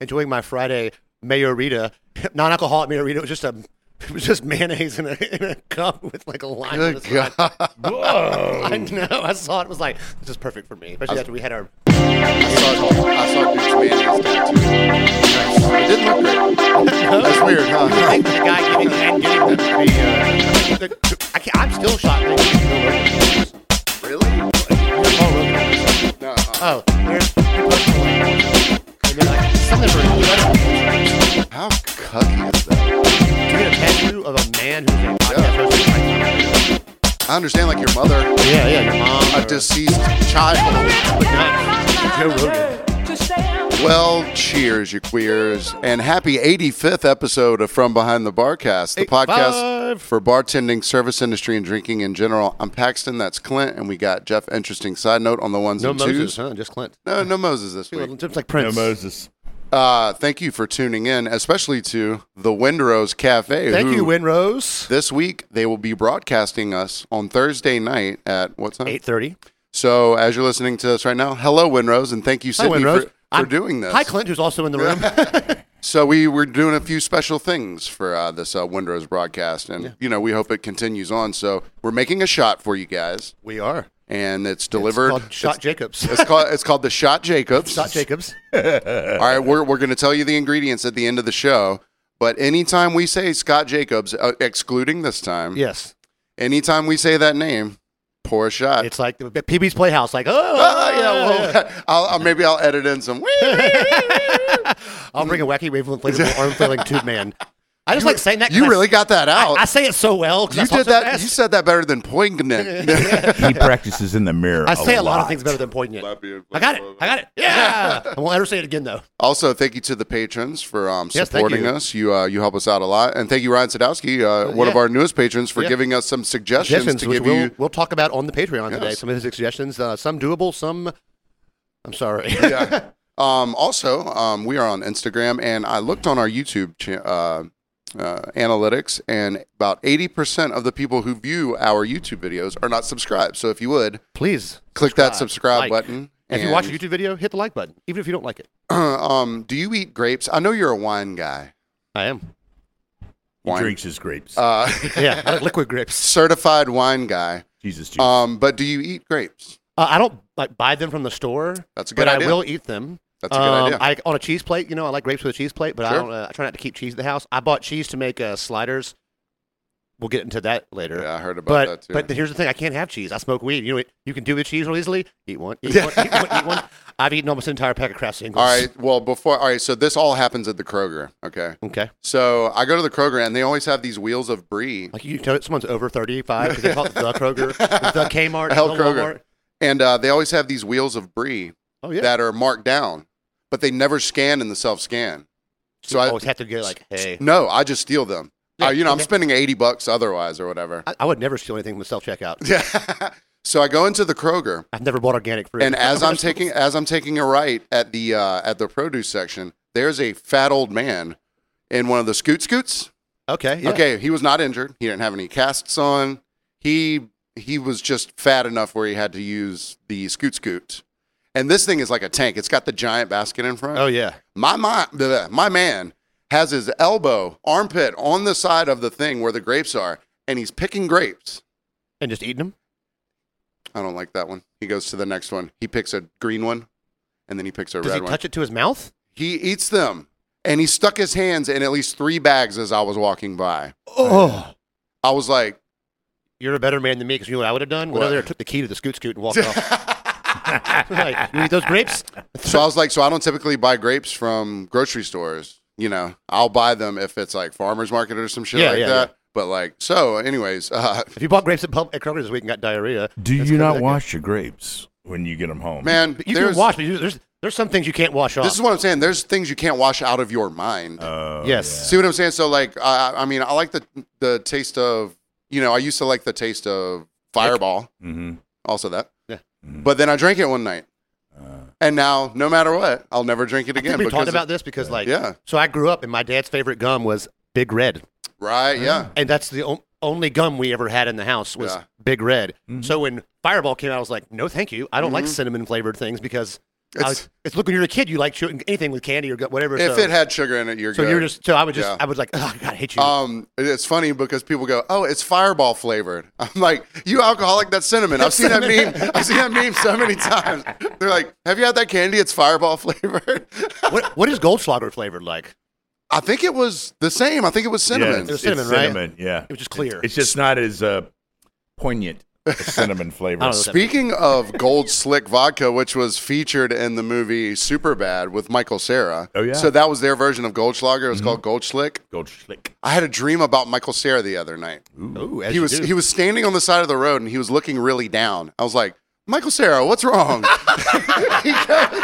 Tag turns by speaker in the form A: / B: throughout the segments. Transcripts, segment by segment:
A: enjoying my Friday mayorita, non-alcoholic mayorita. It was just a, it was just mayonnaise in a, in a cup with like a lime. on the
B: Good
A: side.
B: God.
C: Whoa.
A: I know. I saw it. Was like this is perfect for me, especially after we had our.
B: I saw, I saw Duke's mayonnaise tattoo. It didn't look great. That's weird,
A: I
B: huh?
A: think the guy giving and getting the, the, uh, the- I can't, I'm still shocked. that you know where-
B: really? No.
A: Oh, there's. And then, like, something for
B: How cucky is that?
A: you get a tattoo of a man who's a podcast host.
B: I understand, like your mother,
A: Yeah, yeah, your mom.
B: a
A: or-
B: deceased child.
A: Joe Rogan.
B: Well, cheers, you queers, and happy 85th episode of From Behind the Barcast, the podcast
A: 85.
B: for bartending, service industry, and drinking in general. I'm Paxton, that's Clint, and we got Jeff. Interesting side note on the ones
A: No
B: and twos.
A: Moses, huh? Just Clint.
B: No, no Moses this week.
A: It's like
C: No
A: Prince.
C: Moses.
B: Uh, thank you for tuning in, especially to the Windrose Cafe.
A: Thank
B: who-
A: you, Winrose.
B: This week they will be broadcasting us on Thursday night at what time?
A: Eight thirty.
B: So as you're listening to us right now, hello Winrose, and thank you
A: Hi,
B: Sydney
A: Winrose.
B: for, for doing this.
A: Hi, Clint, who's also in the room.
B: So we were doing a few special things for uh, this uh, Winrose broadcast, and you know we hope it continues on. So we're making a shot for you guys,
A: we are.
B: and it's
A: It's
B: delivered.
A: called Shot Jacobs.
B: It's called it's called the Shot Jacobs.
A: Shot Jacobs.
B: All right, we're we're going to tell you the ingredients at the end of the show. But anytime we say Scott Jacobs, uh, excluding this time,
A: Yes.
B: anytime we say that name, pour a shot.
A: It's like the PB's Playhouse. Like, oh,
B: Ah, yeah, well, I'll, I'll, maybe I'll edit in some.
A: I'll bring a wacky wave inflatable arm flailing tube man. I just like saying that. 'cause I-
B: You really got that out.
A: I say it so well. 'cause I
B: you
A: talk
B: did
A: so
B: that.
A: fast.
B: You said that better than poignant.
C: He practices in the mirror.
A: I say a lot of things better than poignant. I got it. I got it. Yeah. I won't ever say it again though.
B: also, thank you to the patrons for um,
A: Yes, thank
B: supporting
A: you.
B: us. You uh, you help us out a lot, and thank you Ryan Sadowski, uh, one of
A: yeah.
B: our newest patrons, for
A: Yeah.
B: giving us some suggestions
A: Suggestions,
B: to
A: which
B: give
A: we'll,
B: you.
A: we'll talk about on the Patreon today.
B: Yes.
A: Some of his suggestions, uh, some doable, some. I'm sorry.
B: yeah. Um, also, um, we are on Instagram, and I looked on our YouTube cha- uh, uh, analytics, and about 80% of the people who view our YouTube videos are not subscribed. So if you would,
A: Please
B: click that
A: like.
B: subscribe button.
A: If you
B: and,
A: watch a YouTube video, hit the like button, even if you don't like it.
B: um, do you eat grapes? I know you're a wine guy.
A: I am.
C: He
B: Wine.
C: drinks his grapes.
B: Uh,
A: Yeah, I like liquid grips.
B: certified wine guy.
C: Jesus, Jesus.
B: Um, but do you eat grapes?
A: Uh, I don't like buy them from the store.
B: That's a good
A: but
B: idea.
A: I will eat them. Um,
B: That's a good idea.
A: I, on a cheese plate, you know, I like grapes with a cheese plate, but I
B: Sure.
A: don't. Uh, I try not to keep cheese at the house. I bought cheese to make uh, sliders. We'll get into that later.
B: Yeah, I heard about
A: but
B: that too.
A: but here's the thing: I can't have cheese. I smoke weed. You know, what you can do with cheese real easily. Eat one, eat one, eat one, eat one. I've eaten almost an entire pack of Kraft singles.
B: all right. Well, before all right. So this all happens at the Kroger. Okay.
A: Okay.
B: So I go to the Kroger, and they always have these wheels of brie.
A: Like you know, someone's over 35 because they call it the Kroger, the Kmart,
B: Hell
A: the
B: Kroger.
A: Walmart.
B: And uh, they always have these wheels of brie
A: Oh yeah.
B: that are marked down, but they never scan in the self scan. So
A: I
B: I
A: always have to go like, hey.
B: no, I just steal them.
A: Yeah,
B: uh, you know, I'm
A: okay.
B: spending eighty bucks otherwise or whatever.
A: I, I would never steal anything from the self checkout.
B: Yeah. so I go into the Kroger,
A: I've never bought organic fruit.
B: and as I'm taking as I'm taking a right at the uh, at the produce section, there's a fat old man in one of the scoot scoots.
A: okay, yeah.
B: Okay, he was not injured. He didn't have any casts on. He he was just fat enough where he had to use the scoot scoot. And this thing is like a tank. It's got the giant basket in front.
A: Oh yeah.
B: My my bleh, my man has his elbow armpit on the side of the thing where the grapes are, and he's picking grapes.
A: And just eating them.
B: I don't like that one. He goes to the next one. He picks a green one, and then he picks a
A: Does he
B: red one.
A: touch it to his mouth?
B: he eats them, and he stuck his hands in at least three bags as I was walking by.
A: Oh.
B: I was like,
A: You're a better man than me because you know what I would have done? Went
B: What?
A: over there, took the key to the scoot scoot, and walked off. like, you eat those grapes?
B: so I was like, so I don't typically buy grapes from grocery stores. You know, I'll buy them if it's like farmers market or some shit
A: Yeah,
B: like
A: yeah,
B: that. But like, so anyways, uh,
A: If you bought grapes at, pub- at Kroger this week and got diarrhea,
C: Do
A: that's
C: you
A: 'cause of
C: not
A: that-
C: wash your grapes when you get them home?
B: man,
A: But you
B: there's,
A: can wash. But you, there's there's some things you can't wash off.
B: This is what I'm saying. There's things you can't wash out of your mind.
C: Oh,
A: yes.
B: See what I'm saying? So like, I I mean, I like the the taste of you know, I used to like the taste of Fireball,
C: hmm
B: also that.
A: Yeah.
B: But then I drank it one night, and now no matter what, I'll never drink it again.
A: we
B: because
A: talked about this because like
B: yeah,
A: So I grew up, and my dad's favorite gum was Big Red,
B: right, yeah.
A: and that's the o- only gum we ever had in the house was
B: Yeah. Mm-hmm.
A: Big Red. So when Fireball came out, I was like, "No, thank you. I don't like cinnamon flavored things because I
B: It's,
A: was- it's look when you're a kid, you like chewing anything with candy or gu- whatever.
B: if
A: so,
B: it had sugar in it, you're
A: so
B: good.
A: you're just so I would just
B: Yeah.
A: I was like, oh, God, I hate you.
B: Um, it's funny because people go, "Oh, it's Fireball flavored." I'm like, "You alcoholic? That's cinnamon." I've seen that meme. I've seen that meme so many times. They're like, "Have you had that candy? It's Fireball flavored."
A: what what is Goldschlager flavored like?
B: I think it was the same. I think it was cinnamon.
A: It was cinnamon, right?
C: Yeah,
A: It was just clear.
C: It's just not as uh, poignant. as cinnamon flavor.
A: I don't know.
B: Speaking of Gold Slick Vodka, which was featured in the movie Superbad with Michael Sarah.
C: Oh, yeah.
B: So that was their version of Goldschlager. It was called Gold Slick.
C: Gold schlick.
B: I had a dream about Michael Sarah the other night.
A: Ooh, as
B: he
A: you
B: was
A: do.
B: he was standing on the side of the road and he was looking really down. I was like, Michael Sarah, what's wrong? he goes,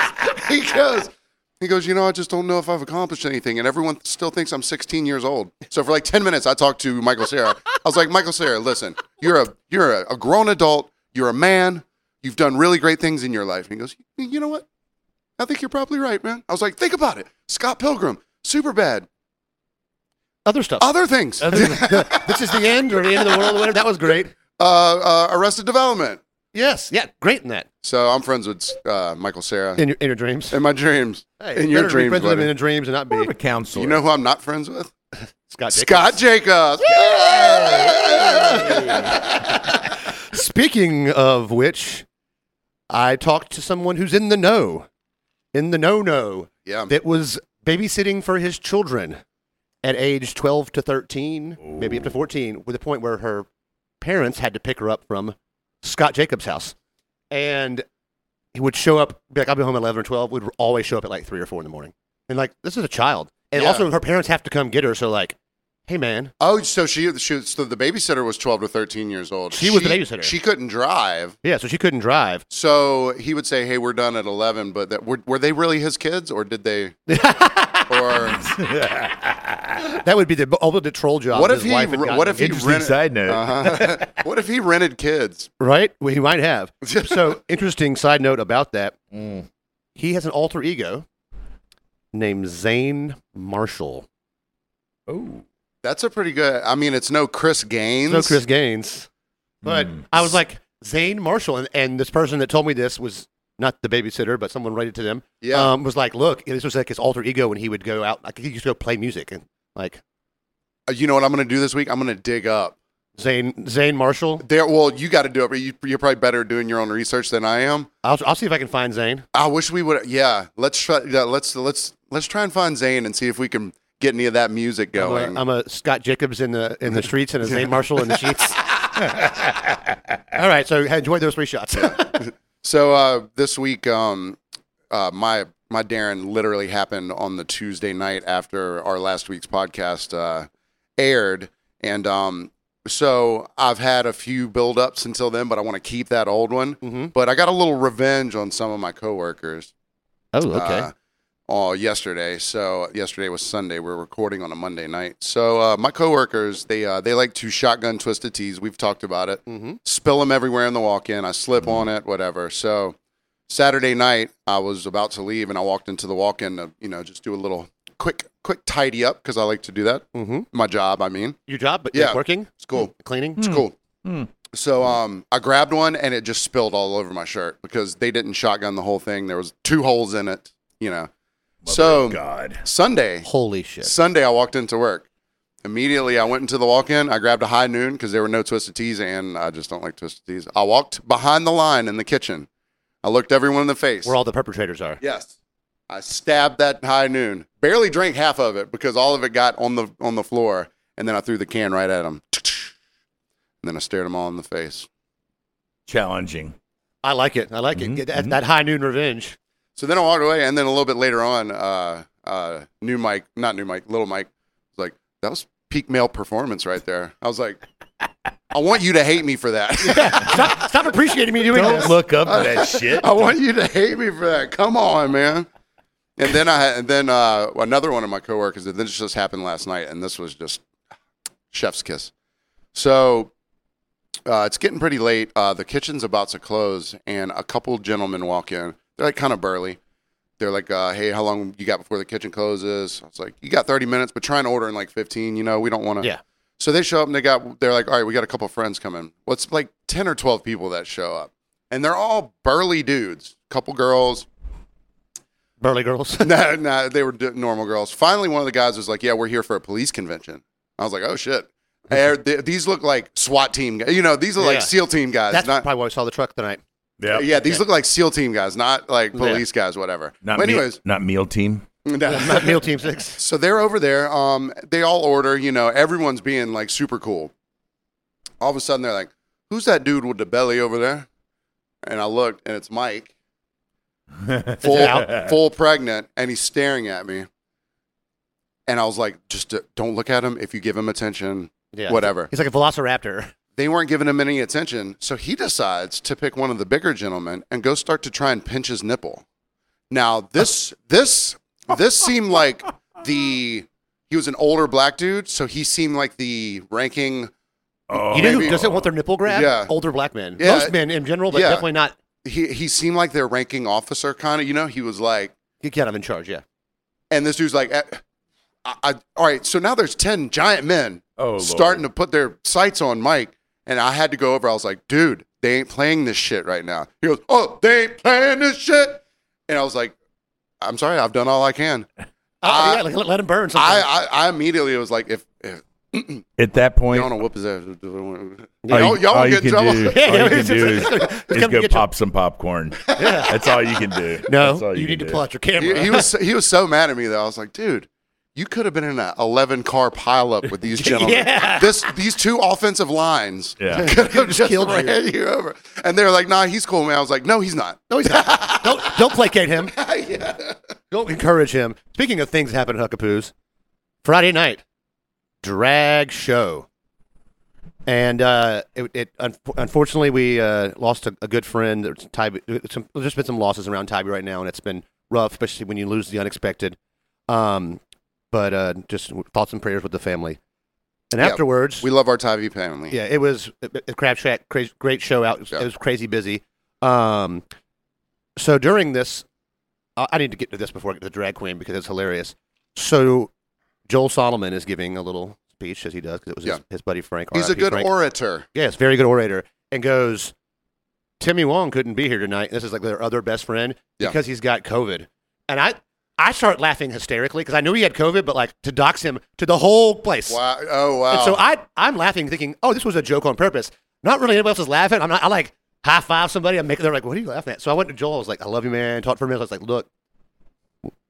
B: he goes, he goes, you know, I just don't know if I've accomplished anything. And everyone still thinks I'm 16 years old. So for like 10 minutes, I talked to Michael Sarah. I was like, Michael Sarah, listen, you're a you're a, a grown adult, you're a man, you've done really great things in your life. And he goes, you know what? I think you're probably right, man. I was like, think about it. Scott Pilgrim, super bad.
A: other stuff.
B: Other things. Uh,
A: Other than- this is the end or the end of the world or whatever. That was great.
B: uh, Arrested Development.
A: Yes, yeah, great in that.
B: So I'm friends with uh, Michael Sarah
A: In your in your dreams.
B: in my dreams,
A: Hey,
B: in your
A: better to be
B: dreams,
A: friends with him
B: buddy.
A: in your dreams and not
C: More
A: be
C: of a counselor.
B: You know who I'm not friends with?
A: Scott. Jacobs.
B: Scott Jacobs.
A: Speaking of which, I talked to someone who's in the know, in the no no,
B: Yeah.
A: that was babysitting for his children at age 12 to 13, maybe up to 14, with the point where her parents had to pick her up from Scott Jacobs' house. And he would show up, be like, I'll be home at 11 or 12, would always show up at like 3 or 4 in the morning. And like, this is a child. And
B: Yeah.
A: also, her parents have to come get her. So, like, hey, man,
B: Oh, so she, she, so the babysitter was 12 to 13 years old.
A: She was the babysitter.
B: She couldn't drive,
A: yeah, so she couldn't drive.
B: so he would say, "Hey, we're done at 11." But that were, were they really his kids, or did they? or
A: That would be the ultimate troll job.
B: what
A: his
B: if he?
A: wife had
B: re-
A: gotten
B: What
A: him.
B: if he
C: Interesting
B: rented?
C: side note.
B: Uh-huh. what if he rented kids?
A: Right? Well, he might have. so, interesting side note about that.
C: Mm.
A: He has an alter ego named Zane Marshall.
C: Oh,
B: That's a pretty good. I mean, it's no Chris Gaines. Hmm.
A: No Chris Gaines. But
C: Mm.
A: I was like, Zane Marshall. And, and this person that told me this was not the babysitter, but someone related to them.
B: Yeah.
A: Um, was like, look, this was like his alter ego when he would go out. Like, he used to go play music. And like,
B: Uh, you know what I'm going to do this week? I'm going to dig up
A: Zane, Zane Marshall.
B: there. Well, you got to do it, but you, you're probably better at doing your own research than I am.
A: I'll, I'll see if I can find Zane.
B: I wish we would. Yeah, let's try. Yeah, let's let's let's try and find Zane and see if we can get any of that music
A: I'm a-
B: going.
A: I'm a Scott Jacobs in the in the streets and a Zane Marshall in the sheets. All right, so enjoy those three shots.
B: Oh, so uh, this week, um, uh, my my Darren literally happened on the Tuesday night after our last week's podcast uh, aired, and um, so I've had a few build ups until then, but I want to keep that old one.
A: Mhm.
B: But I got a little revenge on some of my coworkers.
A: Oh, okay.
B: uh, all yesterday. So yesterday was Sunday. We're recording on a Monday night. So uh, my coworkers, they uh, they like to shotgun twisted teas. We've talked about it.
A: mm-hmm.
B: Spill them everywhere in the walk-in. I slip on it, whatever. So Saturday night, I was about to leave, and I walked into the walk-in to you know just do a little quick quick tidy up because I like to do that.
A: Mm-hmm.
B: My job, I mean,
A: Your job, but
B: Yeah.
A: yeah, working,
B: it's cool.
A: cleaning.
B: It's cool.
C: Hmm.
B: So um, I grabbed one and it just spilled all over my shirt because they didn't shotgun the whole thing. There was two holes in it, you know. so
C: God.
B: Sunday,
A: Holy shit!
B: Sunday, I walked into work. Immediately, I went into the walk-in. I grabbed a high noon because there were no twisted teas, and I just don't like twisted teas. I walked behind the line in the kitchen. I looked everyone in the face.
A: Where all the perpetrators are.
B: yes, I stabbed that high noon. Barely drank half of it because all of it got on the on the floor, and then I threw the can right at them. And then I stared them all in the face.
C: Challenging.
A: I like it. I like
B: Mm-hmm,
C: Mhm,
A: it. Get That, that high noon revenge.
B: So then I walked away, and then a little bit later on, uh, uh, new Mike, not new Mike, little Mike, was like, "That was peak male performance right there." I was like, "I want you to hate me for that.
A: Stop, stop appreciating me doing
C: Don't
A: this.
C: look up to that shit.
B: I want you to hate me for that. Come on, man." And then I, and then uh, another one of my coworkers. and This just happened last night, and this was just chef's kiss. So uh, it's getting pretty late. Uh, the kitchen's about to close, and a couple gentlemen walk in. They're like kind of burly. They're like, uh, "Hey, how long you got before the kitchen closes?" I was like, "You got 30 minutes, but try and order in like 15. You know, we don't want to."
A: Yeah.
B: So they show up and they got. They're like, "All right, we got a couple friends coming." What's like 10 or 12 people that show up, and they're all burly dudes. Couple girls.
A: Burly girls.
B: No, no, they were d- normal girls. Finally, one of the guys was like, "Yeah, we're here for a police convention." I was like, "Oh shit." Eh, th- these look like SWAT team guys. You know, these are
A: Yeah.
B: like SEAL team guys.
A: That's
B: not,
A: probably why we saw the truck tonight.
C: Yeah.
B: yeah, these look like SEAL team guys, not like police guys, whatever.
C: Not
B: but
C: meal-
B: anyways,
C: not meal team.
B: no.
A: Not Meal Team Six.
B: So they're over there. Um, they all order. You know, everyone's being like super cool. All of a sudden, they're like, "Who's that dude with the belly over there?" And I looked, and it's Mike, full
A: out?
B: full pregnant, and he's staring at me. And I was like, "Just uh, don't look at him. If you give him attention,
A: Yeah.
B: whatever."
A: He's like a velociraptor.
B: They weren't giving him any attention, so he decides to pick one of the bigger gentlemen and go start to try and pinch his nipple. Now this this this seemed like the he was an older black dude, so he seemed like the ranking.
C: Oh,
A: you know who
B: maybe-
A: doesn't want their nipple grabbed?
B: Yeah.
A: Older black men.
B: Yeah.
A: Most men in general, but
B: Yeah.
A: definitely not.
B: He he seemed like their ranking officer kind of. You know, he was like,
A: You get them in charge, yeah.
B: and this dude's like, eh, I, I, all right. So now there's ten giant men
C: Oh, Lord.
B: starting to put their sights on Mike, and I had to go over. I was like, dude, they ain't playing this shit right now. He goes, oh, they ain't playing this shit, and I was like, I'm sorry, I've done all I can.
A: Oh,
B: I-
A: yeah, like, let, let him burn. sometimes.
B: Uh, I I, I immediately was like, if. if
C: at that
B: you
C: point.
B: don't want to whip his ass.
C: all
B: Y'all,
C: you-
B: y'all
C: all
B: will
C: you
B: get in
C: can
B: trouble.
C: do,
A: Yeah,
C: all you
A: yeah,
C: can do is,
A: He's
C: is
A: coming to
C: go
A: get you.
C: pop some popcorn. That's all you can do. That's
A: no,
C: all
A: you,
C: can
A: need to
C: do.
A: pull out your camera.
B: He, he was he was so mad at me though. I was like, dude, you could have been in an eleven car pileup with these gentlemen.
A: Yeah.
B: This these two offensive lines
C: Yeah.
B: could have just
A: killed you.
B: ran you. over. And they were like, nah, he's cool, man. I was like, no, he's not.
A: no, he's not. don't, don't placate him.
B: yeah.
A: Don't encourage him. Speaking of things that happen at Huckapoos, Friday night, drag show. And uh, it, it un- unfortunately we uh, lost a, a good friend. There's, Tybee, some, there's just been some losses around Tybee right now, and it's been rough, especially when you lose the unexpected. Um, but uh, just thoughts and prayers with the family. And
B: Yeah,
A: afterwards,
B: We love our Tyvee family.
A: yeah, it was a- a Crab Shack, crazy, great show out. It was,
B: Yeah.
A: it was crazy busy. Um, so during this, I I need to get to this before I get to the drag queen because it's hilarious. So Joel Solomon is giving a little speech as he does because it was
B: Yeah.
A: his, his buddy Frank.
B: He's a
A: RIP
B: good
A: Frank.
B: orator.
A: Yes, very good orator, and goes, Timmy Wong couldn't be here tonight. This is like their other best friend
B: Yeah.
A: because he's got COVID. And I, I start laughing hysterically because I knew he had COVID, but like to dox him to the whole place.
B: Wow. Oh wow.
A: And so I, I'm laughing, thinking, "Oh, this was a joke on purpose." Not really anybody else is laughing. I'm not. I like high five somebody. I'm making. They're like, "What are you laughing at?" So I went to Joel. I was like, "I love you, man." Talked for a minute. I was like, "Look,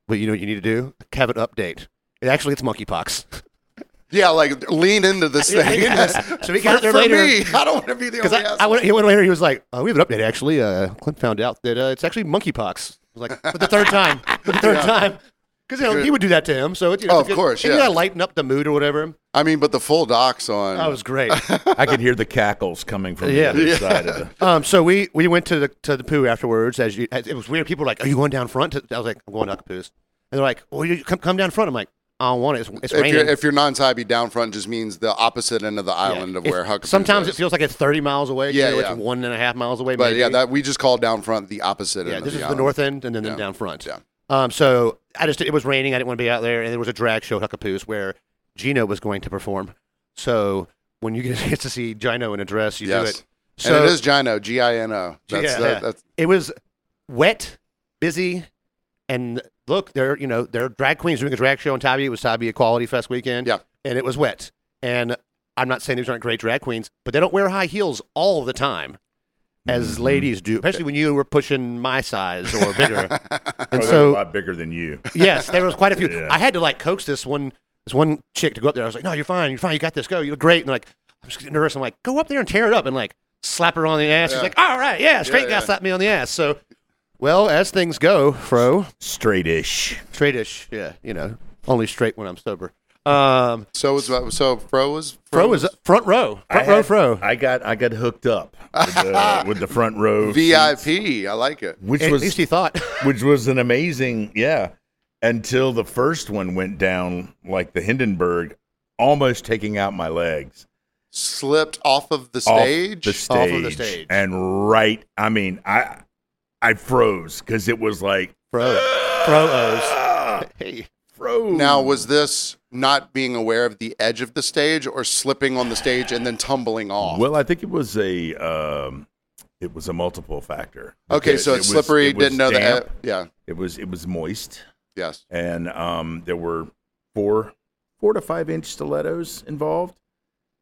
A: what you know, what you need to do have an update. It actually it's monkeypox."
B: yeah, like lean into this
A: Yeah,
B: thing.
A: yeah. So we got
B: for,
A: there
B: for
A: later.
B: me. I don't want to be the
A: Because
B: only
A: I, I
B: asshole.
A: went, he went later. He was like, oh, "We have an update. Actually, uh, Clint found out that uh, it's actually monkeypox." I was like, "For the third time, for the third
B: Yeah.
A: time." Because you know, he would do that to him, so it's you know,
B: Oh,
A: it's
B: of
A: good-
B: course,
A: and you
B: yeah.
A: gotta lighten up the mood or whatever.
B: I mean, but the full docs on.
A: That Oh, was great.
C: I could hear the cackles coming from
A: Yeah.
C: the other
B: Yeah.
C: side of the.
A: Um, so we, we went to the to the poo afterwards. As you, as, it was weird. People were like, "Are you going down front?" I was like, "I'm going to Acapulco's." And they're like, "Well, you come come down front." I'm like, "I don't want it. It's, it's
B: if
A: raining."
B: you're, if you're non-Tybee down front, just means the opposite end of the
A: Yeah.
B: island of
A: It-
B: where Huck.
A: Sometimes it feels like it's 30 miles away.
B: Yeah,
A: you know,
B: yeah.
A: It's one and a half miles away.
B: But yeah,
A: maybe.
B: that we just call down front the opposite.
A: yeah.
B: end
A: This is
B: of the
A: the
B: island.
A: north end, and then,
B: Yeah.
A: then down front.
B: Yeah.
A: Um. So I just it was raining. I didn't want to be out there, and there was a drag show at Huckapoo's where Gino was going to perform. So when you get a chance to see Gino in a dress, you do
B: Yes.
A: it. So
B: and it is Gino, G I N O. That's
A: Yeah.
B: that, that's
A: it was wet, busy, and look, they're you know they're drag queens doing a drag show on Tybee. It was Tybee Equality Fest weekend.
B: Yeah.
A: and it was wet. And I'm not saying these aren't great drag queens, but they don't wear high heels all the time, as ladies do, especially when you were pushing my size or bigger. and
C: Oh, they're a
A: so
C: lot bigger than you.
A: yes, there was quite a few.
C: Yeah.
A: I had to like coax this one this one chick to go up there. I was like, "No, you're fine, you're fine, you got this, go, you look great." And like, I'm just getting nervous. I'm like, "Go up there and tear it up," and like slap her on the ass. She's
B: Yeah.
A: like, "All right, yeah, straight
B: Yeah,
A: guy
B: yeah.
A: slapped me on the ass." So, well, as things go, fro
C: Straightish.
A: straightish, yeah, you know, only straight when I'm sober. Um,
B: so was uh, so Fro was
A: fro is front row,
C: I
A: front row,
C: had-
A: fro.
C: I got I got hooked up with the, with the front row,
B: VIP. I like it.
C: which
A: At
C: was
A: least he thought.
C: which was an amazing yeah. Until the first one went down like the Hindenburg, almost taking out my legs
B: Slipped off of the
C: off
B: stage.
C: the
A: Off
C: stage,
A: of the stage.
C: and right. I mean, I I froze because it was like
A: Fro, fro O's.
C: ah,
A: Hey,
C: froze.
B: now was this not being aware of the edge of the stage or slipping on the stage and then tumbling off?
C: Well, I think it was a um, It was a multiple factor.
B: Okay,
C: It-
B: so
C: it
B: it's
C: was-
B: slippery.
C: it was
B: Didn't know
C: damp,
B: that. Yeah.
C: It was it was moist,
B: Yes.
C: and um, there were four four to five inch stilettos involved.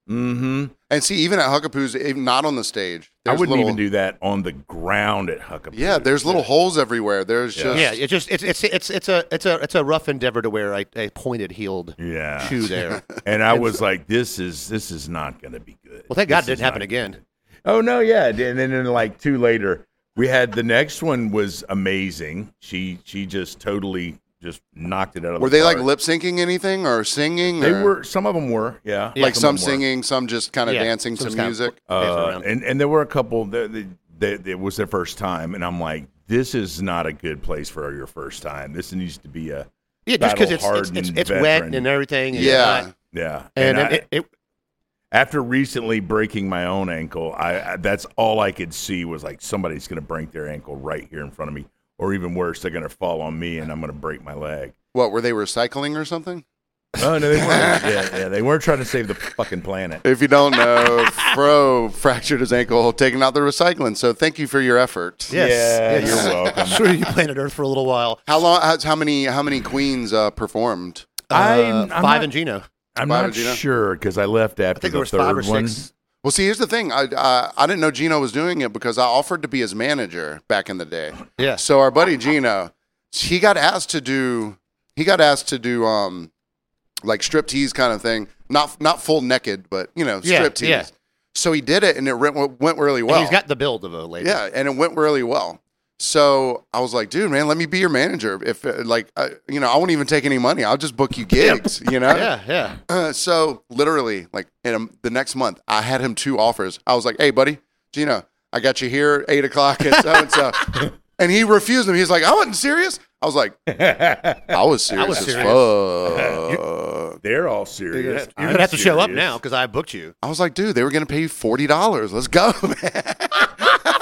C: Mm-hmm.
B: And see, even at Huckapoo's, even not on the stage,
C: I
B: there's
C: wouldn't
B: little-
C: even do that on the ground at Huckabee.
B: Yeah, there's little holes everywhere. There's
C: Yeah.
B: just
A: Yeah, it's just it's it's it's it's a it's a it's a rough endeavor to wear a, a pointed heeled
C: Yeah.
A: shoe there.
C: And I was like, this is this is not going to be good.
A: Well, thank God it
C: This
A: didn't
C: is
A: happen
C: not-
A: again.
C: Oh no, yeah, and then then, like two later, we had the next one was amazing. She she just totally just knocked it out of.
B: Were
C: the
B: they like
C: park.
B: lip syncing anything or singing?
C: They
B: or-
C: were. Some of them were. Yeah.
A: Yeah.
B: like some
C: of 'em were.
B: singing, some just kind of
A: Yeah,
B: dancing
A: some
B: to
A: just kinda
B: music.
A: dancing
C: Uh,
A: around.
C: and and there were a couple that that that it was their first time, and I'm like, this is not a good place for your first time. This needs to be a
A: Yeah, just because it's it's,
C: battle-hardened
A: it's, it's wet
C: veteran.
A: and everything. and
B: Yeah.
A: it's not-
C: yeah.
A: and,
C: I-
A: and it, it
C: after recently breaking my own ankle, I, I that's all I could see was like somebody's going to break their ankle right here in front of me, or even worse, they're going to fall on me and I'm going to break my leg.
B: What were they recycling or something?
C: Oh no, they weren't. yeah, yeah, they weren't trying to save the fucking planet.
B: If you don't know, Fro fractured his ankle taking out the recycling. So thank you for your effort.
A: Yes,
C: yeah,
A: yes.
C: you're welcome.
A: sure you planet Earth for a little while.
B: How long? How, how many? How many queens uh, performed?
C: I'm-
A: Uh,
C: I'm
A: five
C: not-
A: and Gino.
C: I'm
B: Five,
C: not
B: do you know?
C: sure because I left
A: I
C: after
A: think
C: the
A: there was
C: third
A: five or
C: one.
A: six.
B: Well, see, here's the thing. I, I I didn't know Gino was doing it because I offered to be his manager back in the day.
A: Yeah.
B: So our buddy Gino, he got asked to do he got asked to do um like striptease kind of thing. Not not full naked, but you know,
A: Yeah,
B: striptease.
A: yeah.
B: So he did it and it went, went really well.
A: and he's got the build of a lady.
B: Yeah, and it went really well. So I was like, dude, man, let me be your manager. If uh, like, uh, you know, I won't even take any money. I'll just book you gigs. You know.
A: yeah, yeah.
B: Uh, so literally, like in um the next month, I had him two offers. I was like, "Hey, buddy, Gino, I got you here eight o'clock at so and so," and he refused him. He's like, "I wasn't serious." I was like, "I was serious
A: was
B: as
A: serious.
B: fuck."
C: They're all serious.
A: You're
C: I'm
A: gonna have to show up
C: serious.
A: now because I booked you.
B: I was like, "Dude, they were gonna pay you forty dollars. Let's go, man."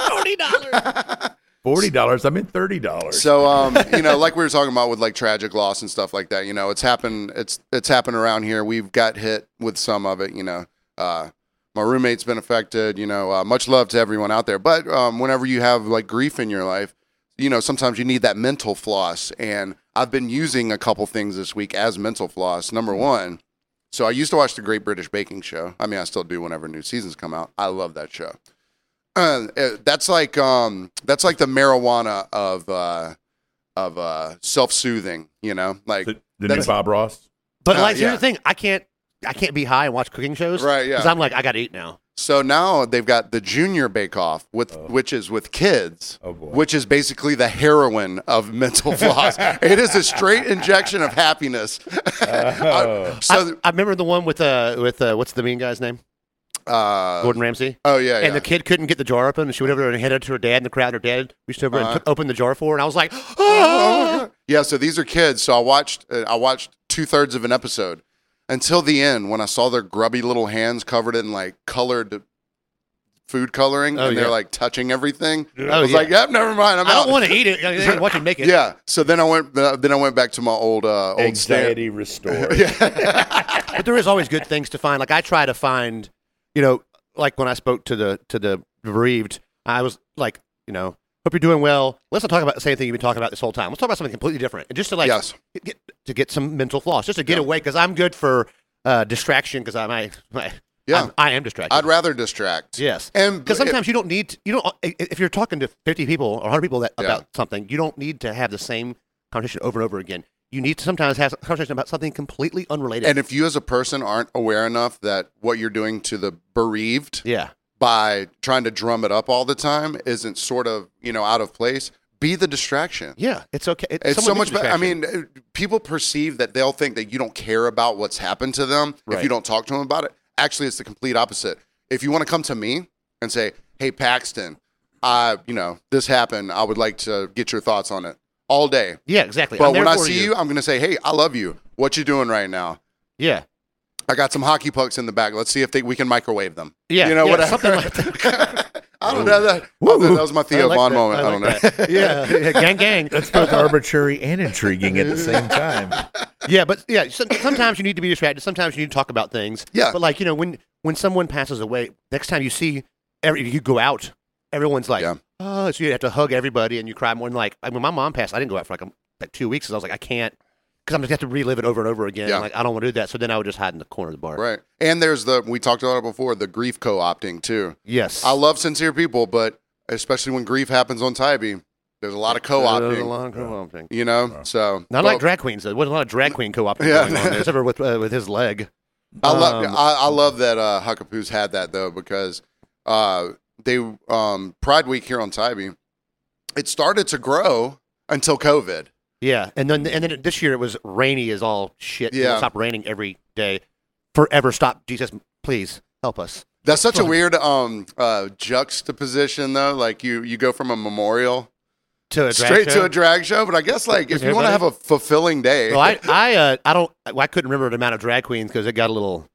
A: Forty dollars.
C: Forty dollars. I'm in thirty dollars.
B: So, um, you know, like we were talking about with like tragic loss and stuff like that. You know, it's happened. It's it's happened around here. We've got hit with some of it. You know, uh, my roommate's been affected. You know, uh, much love to everyone out there. But um, whenever you have like grief in your life, you know, sometimes you need that mental floss. And I've been using a couple things this week as mental floss. Number one. So I used to watch the Great British Baking Show. I mean, I still do whenever new seasons come out. I love that show. Uh, uh, that's like um, that's like the marijuana of uh, of uh, self soothing. You know, like
C: the the new
B: That's-
C: Bob Ross.
A: But
B: Uh,
A: like, here's
B: yeah.
A: the thing: I can't, I can't be high and watch cooking shows,
B: Right, yeah.
A: Because I'm like, I gotta eat now.
B: so now they've got the Junior Bake Off with
A: Oh.
B: which is with kids.
C: Oh, boy.
B: Which is basically the heroin of mental floss. it is a straight injection of happiness. Uh,
C: Oh.
B: so,
A: I, I remember the one with uh with uh what's the mean guy's name?
B: uh,
A: Gordon Ramsay.
B: oh yeah, yeah.
A: And the kid couldn't get the jar open, and she went over and handed it to her dad in the crowd. and Her dad reached over
B: Uh-huh.
A: and took, opened the jar for her, and I was like, "Ah!"
B: Oh, yeah, so these are kids. So I watched uh, I watched two thirds of an episode until the end when I saw their grubby little hands covered in like colored food coloring
A: Oh,
B: and they're
A: yeah.
B: like touching everything. I
A: Oh,
B: was
A: yeah.
B: like, yep, never mind. I'm
A: I
B: out.
A: don't want to eat it. I didn't watch him make it.
B: yeah. So then I went uh, then I went back to my old uh, old stand.
C: Anxiety restored.
A: but there is always good things to find. Like I try to find, you know, like when I spoke to the to the bereaved, I was like, you know, hope you're doing well. Let's not talk about the same thing you've been talking about this whole time. Let's talk about something completely different, and just to like
B: Yes.
A: get, to get some mental floss, just to get
B: Yeah.
A: away because I'm good for uh, distraction because I my, my
B: Yeah.
A: I'm, I am distracted.
B: I'd rather distract.
A: yes.
B: And
A: Because sometimes you don't need you don't if you're talking to 50 people or 100 people that,
B: Yeah.
A: about something, you don't need to have the same conversation over and over again. You need to sometimes have a conversation about something completely unrelated.
B: and if you as a person aren't aware enough that what you're doing to the bereaved
A: yeah.
B: by trying to drum it up all the time isn't sort of you know out of place be the distraction
A: Yeah, it's okay. It-
B: it's so
A: someone needs
B: much better i
A: distraction.
B: mean uh, people perceive that they'll think that you don't care about what's happened to them if
A: Right.
B: you don't talk to them about it actually it's the complete opposite if you want to come to me and say hey paxton i you know this happened i would like to get your thoughts on it all day
A: yeah, exactly.
B: but
A: I'm there
B: when i
A: for
B: see you. i'm going to say hey i love you what you doing right now
A: yeah,
B: i got some hockey pucks in the back let's see if they, we can microwave them
A: yeah,
B: you know
A: yeah,
B: whatever
A: something like that.
B: I don't know that.
A: Woo.
B: That was my Theo
A: like
B: Vaughn
A: that.
B: moment. I,
A: like
B: don't know.
A: that. yeah, yeah, gang, gang.
C: That's both arbitrary and intriguing at the same time.
A: Yeah, but yeah, some, sometimes you need to be distracted. Sometimes you need to talk about things.
B: Yeah.
A: but like you know, when when someone passes away, next time you see, every, you go out everyone's like,
B: Yeah.
A: oh, so you have to hug everybody and you cry more. And like, I- when my mom passed, I didn't go out for like, a, like two weeks because I was like, I can't, because I'm just going to have to relive it over and over again.
B: Yeah.
A: And like, I don't want to do that. So then I would just hide in the corner of the bar.
B: Right. And there's the we talked about it before, the grief co-opting too.
A: Yes.
B: I love sincere people, but especially when grief happens on Tybee, there's a lot of
A: There's a
B: co-opting.
A: lot of co-opting.
B: You know, so
A: Not
B: Well,
A: like drag queens. though. There wasn't a lot of drag queen co-opting
B: Yeah.
A: going on there, except for with, uh, with his leg.
B: I love
A: Um,
B: I, I love that uh, Huckapoo's had that though because uh, they um, Pride Week here on Tybee, it started to grow until COVID.
A: Yeah, and then and then this year it was rainy as all shit.
B: Yeah.
A: it stopped raining every day, forever. Stop, Jesus, please help us.
B: That's such a
A: Fun.
B: weird um, uh, juxtaposition though. Like you you go from a memorial
A: To a drag
B: straight
A: show.
B: to a drag show, but I guess like if
A: Is
B: you want to have
A: everybody-
B: a fulfilling day,
A: Well, I I uh, I don't well, I couldn't remember the amount of drag queens because it got a little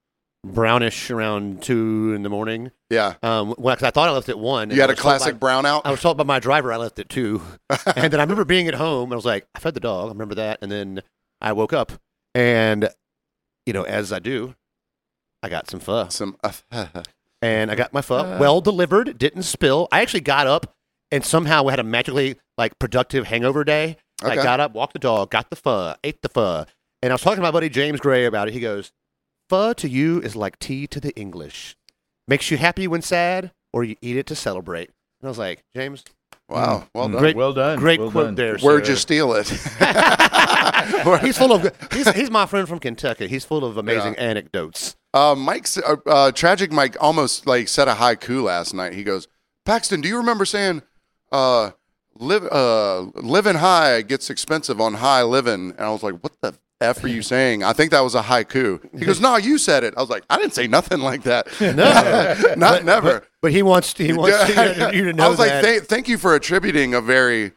A: brownish around two in the morning.
B: yeah,
A: Um, well, 'cause I thought I left at one. and
B: you had
A: I
B: a
A: was told by-
B: classic brownout.
A: I was told by my driver I left at two, and then I remember being at home and I was like, I fed the dog. I remember that, and then I woke up, and you know, as I do, I got some fuss.
B: Some
A: and I got my pho well delivered, didn't spill. I actually got up and somehow had a magically like productive hangover day.
B: Okay.
A: I got up, walked the dog, got the pho, ate the pho, and I was talking to my buddy James Gray about it. He goes, "Pho to you is like tea to the English. Makes you happy when sad, or you eat it to celebrate." And I was like, James,
B: wow, well done.
A: Mm. Great-
C: well done.
A: great
C: well
A: quote
C: done.
A: there.
B: Where'd
A: sir.
B: you steal it?
A: he's full of. He's, he's my friend from Kentucky. He's full of amazing anecdotes.
B: Uh, Mike's uh, uh, tragic. Mike almost like said a haiku last night. He goes, Paxton, do you remember saying, uh, "Live, uh, living high gets expensive on high living"? And I was like, "What the f are you saying?" I think that was a haiku. He goes, "No, you said it." I was like, "I didn't say nothing like that.
A: No.
B: not never."
A: But he wants he wants you, to, you to know
B: I was
A: that.
B: like, "Thank- "Thank you for attributing a very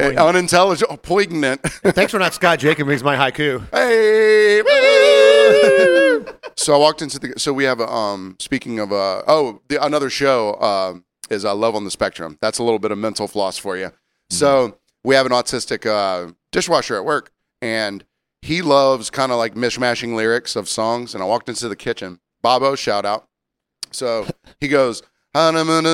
B: uh, unintelligent, oh, poignant."
A: Thanks for not Scott Jacob reads my haiku.
B: Hey. so I walked into the. So we have um. Speaking of uh. Oh, the, another show um is uh, Love on the Spectrum. That's a little bit of mental floss for you. So we have an autistic uh, dishwasher at work, and he loves kind of like mishmashing lyrics of songs. And I walked into the kitchen. Bobo, shout out. So he goes.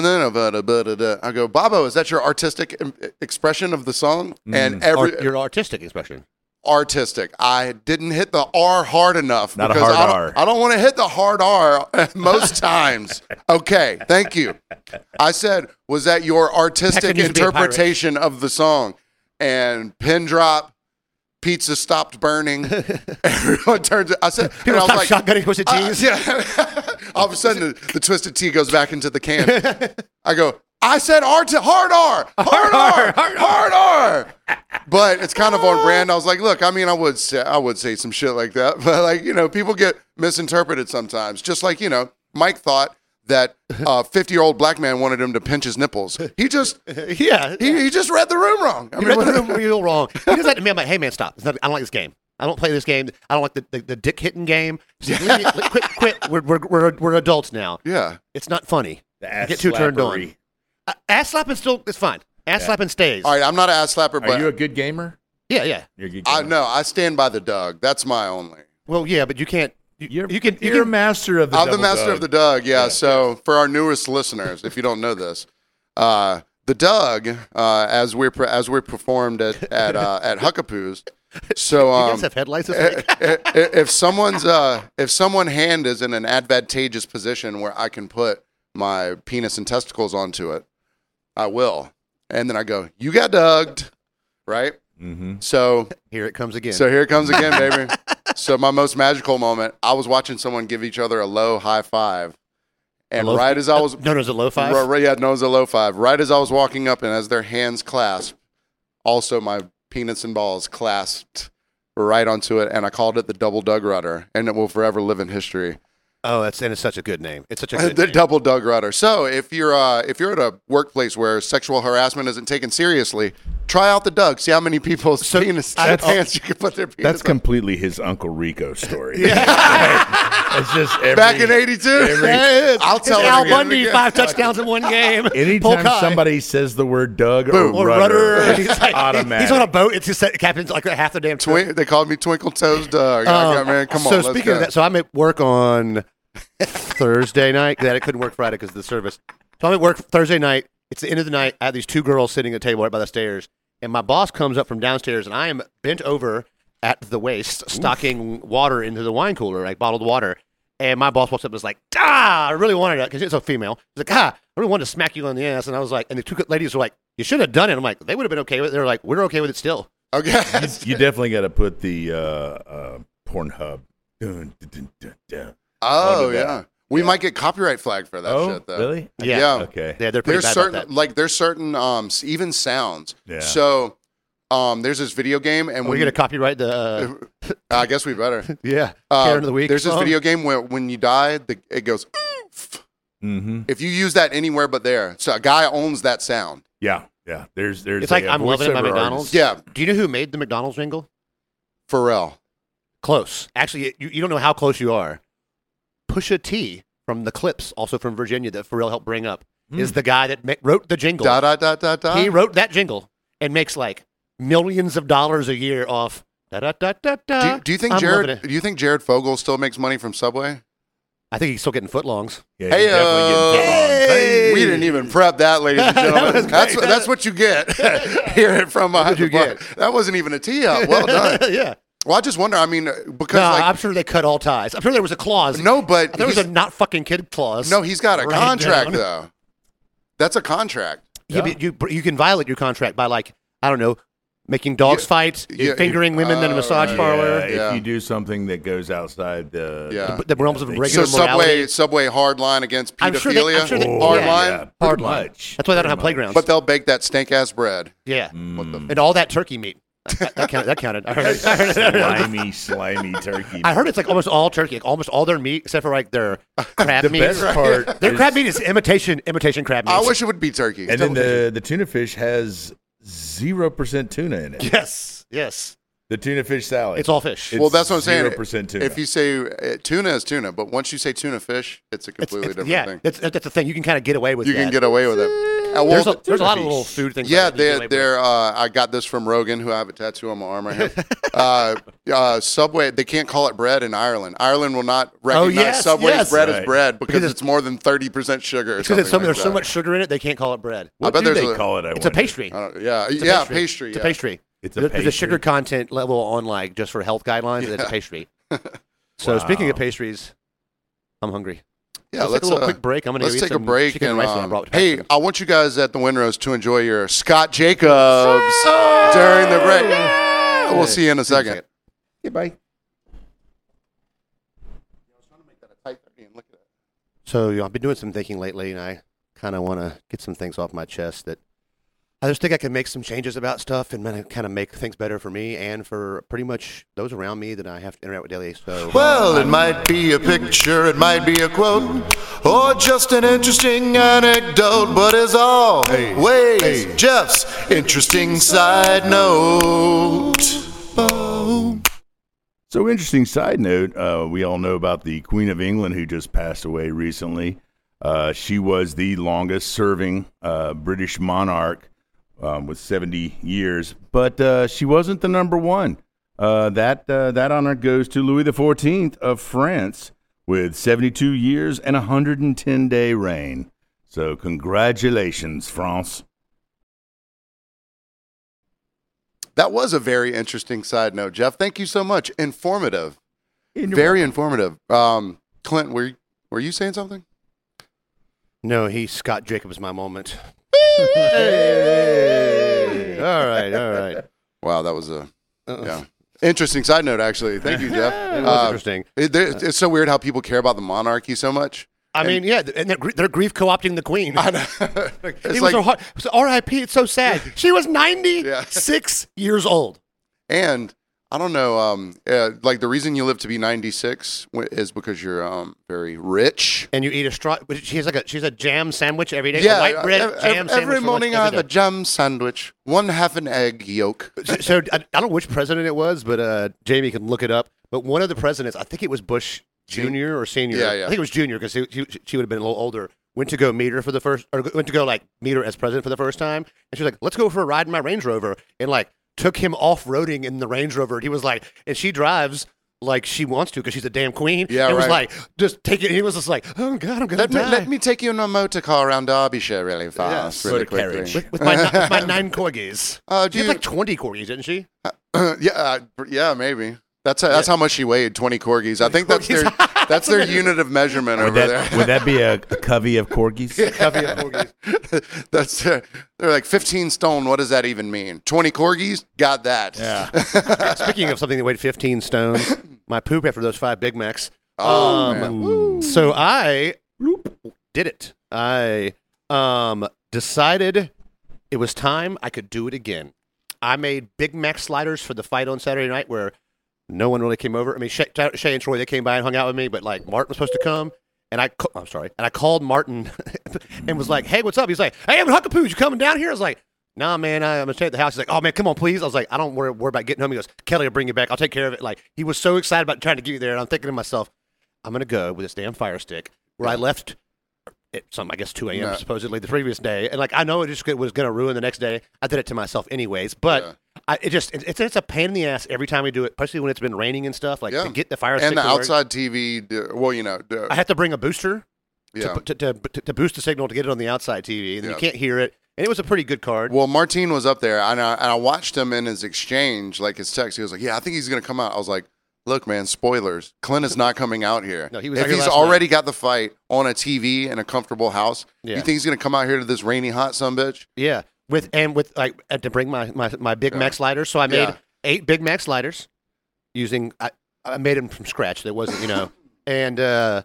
B: "Ha-na-na-na-na-ba-da-ba-da-da." I go, Bobo, is that your artistic im- expression of the song? And every
A: Art- your artistic expression.
B: artistic. I didn't hit the R hard enough
C: Not a
B: because
C: hard
B: I don't,
C: R.
B: I don't want to hit the hard R most times. Okay, thank you. I said, was that your artistic
A: Paxton used to be a pirate.
B: interpretation of the song? And pin drop, pizza stopped burning. Everyone turns. I said, and I
A: People
B: was
A: stop
B: like,
A: shotgunning twisted
B: uh,
A: teas.
B: yeah. All of a sudden, the, the twisted tea goes back into the can. I go, I said R to hard R, hard R, hard R. But it's kind of on brand. I was like, look, I mean, I would say I would say some shit like that, but like you know, people get misinterpreted sometimes. Just like you know, Mike thought that a fifty-year-old black man wanted him to pinch his nipples. He just
A: yeah. He,
B: he, he just read the room wrong. I
A: you
B: mean,
A: read the room real wrong. He does that to me. I'm like, hey, man, stop. It's not, I don't like this game. I don't play this game. I don't like the, the, the dick hitting game. Just leave me- li- quit, quit. We're, we're, we're, we're adults now.
B: yeah,
A: It's not funny.
C: The ass
A: Get too turned on.
C: slappery.
A: Uh, ass slapping still is fine. Ass slapping stays.
B: all right. I'm not an ass slapper,
C: Are you a
B: but
C: good gamer?
A: Yeah, yeah.
C: You're a good gamer.
B: I no, I stand by the Doug. That's my only.
A: Well, yeah, but you can't. You,
C: You're,
A: you can. You
C: you're a
A: can.
C: master of the.
B: I'm the
C: double
B: master
C: dog.
B: of the Doug. Yeah. So for our newest listeners, if you don't know this, uh, the Doug, uh, as we're pre- as we performed at at uh, at Huckapoo's. So
A: You
B: um,
A: guys have headlights this week?
B: i- i- if someone's uh, if someone hand is in an advantageous position where I can put my penis and testicles onto it, I will. And then I go, you got Douged, right?
A: Mm-hmm.
C: Mhm.
B: So
A: Here it comes again.
B: so here it comes again, baby. so my most magical moment, I was watching someone give each other a low high five, and
A: low-
B: right as I was,
A: Known as a low five.
B: Right, yeah, no, it was a low five. Right as I was walking up, and as their hands clasped, also my penis and balls clasped right onto it, and I called it the double Doug Rudder, and it will forever live in history.
A: Oh, that's and it's such a good name. It's such a good
B: Uh, the
A: name.
B: double Doug Rudder. So if you're uh, if you're at a workplace where sexual harassment isn't taken seriously, try out the Doug. See how many people's penis hands you can put their penis.
C: That's
B: on.
C: completely his Uncle Rico story. yeah. It's just every,
B: back in '82.
A: Yeah,
B: I'll
A: it's
B: tell
A: Al
B: everyone
A: Bundy
B: again.
A: five touchdowns in one game.
C: Anytime
A: Polkai.
C: somebody says the word Doug
A: or
C: or rudder,
A: rudder,
C: it's
A: he's, like,
C: automatic.
A: he's on a boat. It's just that it happens like half the damn trip.
B: Twi- they called me Twinkle Toes Doug. I got, man, come
A: Oh, so
B: on. let's
A: speaking
B: go."
A: of that, so I'm at work on Thursday night. That it couldn't work Friday because of the service. So I'm at work Thursday night, It's the end of the night. I have these two girls sitting at a table right by the stairs, and my boss comes up from downstairs, and I am bent over at the waist, stocking water into the wine cooler, like bottled water. And my boss walks up and is like, ah, I really wanted it, because it's a female. He's like, ah, I really wanted to smack you on the ass. And I was like, and the two ladies were like, you should have done it. I'm like, they would have been okay with it. They're like, we're okay with it still.
B: Okay.
C: You definitely got to put the uh, uh, Pornhub. Dun, dun, dun, dun, dun.
B: oh
C: Love it,
B: yeah. We might get copyright flagged for that
C: oh,
B: shit though.
C: really?
B: Yeah.
C: Okay.
A: Yeah, they're pretty
B: There's
A: bad
B: certain
A: about that.
B: like there's certain um s- even sounds.
C: Yeah.
B: So um there's this video game and
A: Are Oh, we
B: when
A: going to copyright the, uh,
B: I guess we better.
A: yeah,
B: Um,
A: Karen of the Week? Oh.
B: There's this
A: song?
B: video game where when you die, the, it goes. "Oof."
C: Mm-hmm.
B: If you use that anywhere but there, so a guy owns that sound.
C: Yeah. Yeah. There's there's.
A: It's like
C: a
A: I'm loving it by
C: voiceover
A: McDonald's.
C: artist.
B: Yeah,
A: Do you know who made the McDonald's jingle?
B: Pharrell.
A: Close. Actually, it- you, you don't know how close you are. Pusha T from the Clips, also from Virginia, that Pharrell helped bring up,
B: Hmm.
A: is the guy that ma- wrote the jingle.
B: Da da da da da.
A: He wrote that jingle and makes like millions of dollars a year off. Da da da da da.
B: do, do you think
A: I'm loving
B: Jared?
A: it.
B: Do you think Jared Fogle still makes money from Subway?
A: I think he's still getting footlongs.
C: Yeah,
B: Hey,
C: you're definitely getting
B: uh,
C: that wrong.
B: We didn't even prep that, ladies and gentlemen. that's what, that's what you get hearing from behind
A: you
B: the bar. That wasn't even a tee up. Well done.
A: yeah.
B: well, I just wonder. I mean, because
A: No,
B: like
A: I'm sure they cut all ties. I'm sure there was a clause.
B: no, but
A: there was a
B: he's-
A: not fucking kid clause.
B: no, he's got a
A: Write it
B: contract
A: down.
B: though. That's a contract.
A: Yeah, but you you can violate your contract by like I don't know, making dogs fight,
B: yeah,
A: fingering women in a
B: uh,
A: massage
B: yeah.
A: parlor.
C: Yeah,
B: Yeah.
C: If you do something that goes outside the
B: Yeah.
A: The realms of
C: So
A: regular
B: so
A: morality.
B: Subway, Subway hard line against pedophilia.
A: I'm sure they- I'm sure they-
B: hard
A: yeah.
B: line.
A: Hard
C: pretty
A: line.
C: much,
A: That's why they don't
C: pretty
A: have
C: much.
A: playgrounds.
B: But Mm. they'll bake that stank ass bread.
A: yeah,
B: What the
C: Mm.
A: and all that turkey meat. That, that counted. That counted. I heard, it. I, heard it.
C: slimy, slimy turkey.
A: I heard it's like almost all turkey, like almost all their meat, except for like their crab
C: the
A: meat.
C: best part.
A: Their
C: is-
A: crab meat is imitation, imitation crab meat.
B: I wish it would be turkey.
C: And then the the tuna fish has zero percent tuna in it.
A: Yes, yes,
C: The tuna fish salad.
A: it's all fish.
B: well, that's what I'm saying.
C: Zero percent tuna.
B: If you say uh, tuna is tuna, but once you say tuna fish, it's a
A: It's-
B: completely
A: it's-
B: different
A: yeah,
B: thing.
A: that's that's the thing. You can kind of get away with.
B: You
A: that.
B: can get away with it. Uh, well,
A: There's a,
B: th-
A: there's a lot of
C: Turkey.
A: little food things.
B: yeah,
A: like that you can get
B: they're,
A: away with.
B: they're, uh, I got this from Rogan, who I have a tattoo on my arm right here. uh, uh, Subway, they can't call it bread in Ireland. Ireland will not recognize
A: Oh, yes,
B: Subway's
A: yes.
B: bread as
C: Right.
B: bread because,
A: Because it's-
B: it's, more than 30% sugar. Or
A: because
B: something
A: it's so,
B: like
A: there's so
B: that.
A: much sugar in it, they can't call it bread.
B: I
C: what
B: bet
C: do
B: there's
C: they
B: a-
C: call it? I
A: It's a
C: wonder?
A: pastry.
B: I don't- yeah,
A: It's a
B: yeah, pastry.
A: It's
B: yeah.
A: a pastry.
C: It's a
A: There- There's a sugar
C: pastry.
A: content level on like just for health guidelines. It's a pastry. So speaking of pastries, I'm hungry.
B: Yeah,
A: let's, take a little
B: uh,
A: quick break. I'm gonna
B: Let's
A: go eat
B: take a
A: some
B: break
A: chicken
B: and
A: rice that I
B: um,
A: brought to
B: hey,
A: Paxton.
B: I want you guys at the Windrose to enjoy your Scott Jacobs during the break. We'll see you in a second.
A: second.
C: Goodbye.
A: so you know, I've been doing some thinking lately, and I kind of want to get some things off my chest that I just think I can make some changes about stuff and kind of make things better for me and for pretty much those around me that I have to interact with daily. So
D: Well, it might be a picture, it might be a quote, or just an interesting anecdote, but as always, Jeff's interesting side note.
C: So interesting side note. Uh, we all know about the Queen of England who just passed away recently. Uh, she was the longest serving uh, British monarch um, with 70 years, but uh, she wasn't the number one. Uh, that uh, that honor goes to Louis XIV of France with 72 years and a 110 day reign. So congratulations, France.
B: That was a very interesting side note, Jeff. Thank you so much. Informative. very informative. Um, Clint, were you, were you saying something?
A: No, he Scott Jacobs my moment. all right, all right.
B: Wow, that was a
A: Uh-uh.
B: yeah. interesting side note, actually. Thank you, Jeff.
A: That was
B: Uh,
A: interesting.
B: it- there- it's so weird how people care about the monarchy so much.
A: I mean, yeah, and they're, gr- they're grief co-opting the queen.
B: I know.
A: it
B: it's
A: was
B: like,
A: so hard. It was R.I.P. It's so sad. She was ninety-six years old.
B: and I don't know, um, uh, like the reason you live to be 96 wi- is because you're um, very rich.
A: And you eat a straw. but She has like a she's a jam sandwich every day. a white bread
B: ev-
A: jam
B: ev-
A: sandwich.
B: every
A: for
B: morning
A: lunch
B: I have a
A: day.
B: jam sandwich, one half an egg yolk.
A: So, so I, I don't know which president it was, but uh, Jamie can look it up. But one of the presidents, I think it was Bush Junior or Senior.
B: Yeah, yeah.
A: I think it was Junior because she, she, she would have been a little older. Went to go meet her for the first, or went to go like meet her as president for the first time, and she was like, "Let's go for a ride in my Range Rover," and like took him off roading in the Range Rover. And he was like, and she drives like she wants to because she's a damn queen.
B: Yeah,
A: it was
B: right.
A: like just take it. He was just like, oh god, I'm gonna
B: Let me,
A: die.
B: let me take you on a motor car around Derbyshire really fast,
C: Yes.
B: really
C: Motor
B: quickly.
C: carriage.
A: with my, ni- with my nine corgis.
B: Uh, do
A: She had
B: you,
A: like 20 corgis, didn't she?
B: yeah, uh, yeah, maybe. That's that's how much she weighed, twenty corgis. I think that's their that's their unit of measurement over
C: Would that,
B: there.
C: would that be a, a covey of corgis?
B: that's their, they're like fifteen stone. What does that even mean? Twenty corgis? Got that?
C: Yeah.
A: Speaking of something that weighed 15 stones, my poop after those five Big Macs.
B: Oh
A: Um,
B: man.
A: So I did it. I um, decided it was time I could do it again. I made Big Mac sliders for the fight on Saturday night where no one really came over. I mean, Shay, Shay and Troy, they came by and hung out with me, but like Martin was supposed to come. And I, ca- I'm sorry. And I called Martin and was like, hey, what's up? He's like, hey, I'm Huckapoo. You coming down here? I was like, nah, man, I, I'm going to stay at the house. He's like, oh, man, come on, please. I was like, I don't worry, worry about getting home. He goes, Kelly will bring you back. I'll take care of it. Like, he was so excited about trying to get you there. And I'm thinking to myself, I'm gonna go with this damn fire stick where I left at some, I guess, 2 a.m.
B: Yeah.
A: supposedly the previous day, and like I know it just it was gonna ruin the next day. I did it to myself anyways, but I, it just it- it's it's a pain in the ass every time we do it, especially when it's been raining and stuff. Like
B: Yeah.
A: to get the fire stick
B: And the
A: to work,
B: outside TV. d- Well, you know. d-
A: I had to bring a booster
B: yeah.
A: to, put- to, to to boost the signal to get it on the outside TV, and
B: Yeah.
A: you can't hear it. And it was a pretty good card.
B: Well, Martine was up there, and I, and I watched him in his exchange, like his text. He was like, "Yeah, I think he's gonna come out." I was like, "Look, man, spoilers. Clint is not coming out here.
A: No, he was out
B: if
A: here
B: he's
A: last
B: already got the fight on a TV in a comfortable house,
A: Yeah.
B: you think he's gonna come out here to this rainy, hot sun bitch?
A: Yeah, with and with like I had to bring my my, my Big Mac sliders. So I made
B: Yeah.
A: eight Big Mac sliders using I, I made them from scratch. There wasn't you know, and uh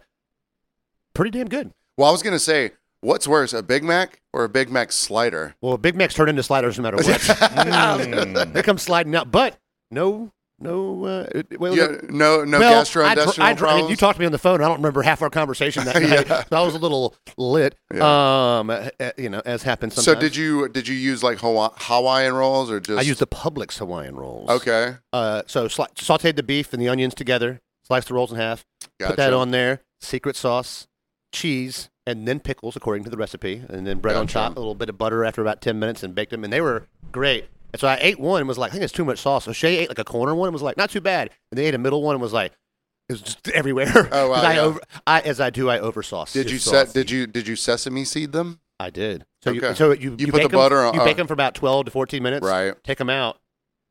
A: pretty damn good.
B: Well, I was gonna say, what's worse, a Big Mac or a Big Mac slider?
A: Well, Big Macs turn into sliders no matter what.
C: Hmm.
A: they come sliding out, but no no. Uh, it- well,
B: Yeah, no, no
A: well, I dr-
B: gastrointestinal
A: I dr- I mean,
B: problems.
A: you talked to me on the phone. I don't remember half our conversation that night. So I was a little lit. Um, uh, uh, you know, as happens
B: so
A: sometimes.
B: did you did you use like Hawa- Hawaiian rolls or just?
A: I used the Publix Hawaiian rolls.
B: Okay,
A: Uh, so sli- sauteed the beef and the onions together, sliced the rolls in half,
B: gotcha.
A: put that on there, secret sauce, cheese, and then pickles according to the recipe, and then bread on
B: Gotcha.
A: top, a little bit of butter after about 10 minutes, and baked them. And they were great. And so I ate one and was like, I think it's too much sauce. So Shay ate like a corner one and was like, not too bad. And they ate a middle one and was like, it was just everywhere.
B: Oh, wow,
A: 'Cause I
B: yeah.
A: over, I, as I do, I oversauce.
B: Did you
A: Just
B: set?
A: sauce.
B: Did you did you sesame seed them?
A: I did. So you,
B: Okay.
A: so you,
B: You put
A: bake
B: the
A: 'em-
B: butter on-
A: You bake
B: uh,
A: them for about twelve to fourteen minutes.
B: Right.
A: Take them out.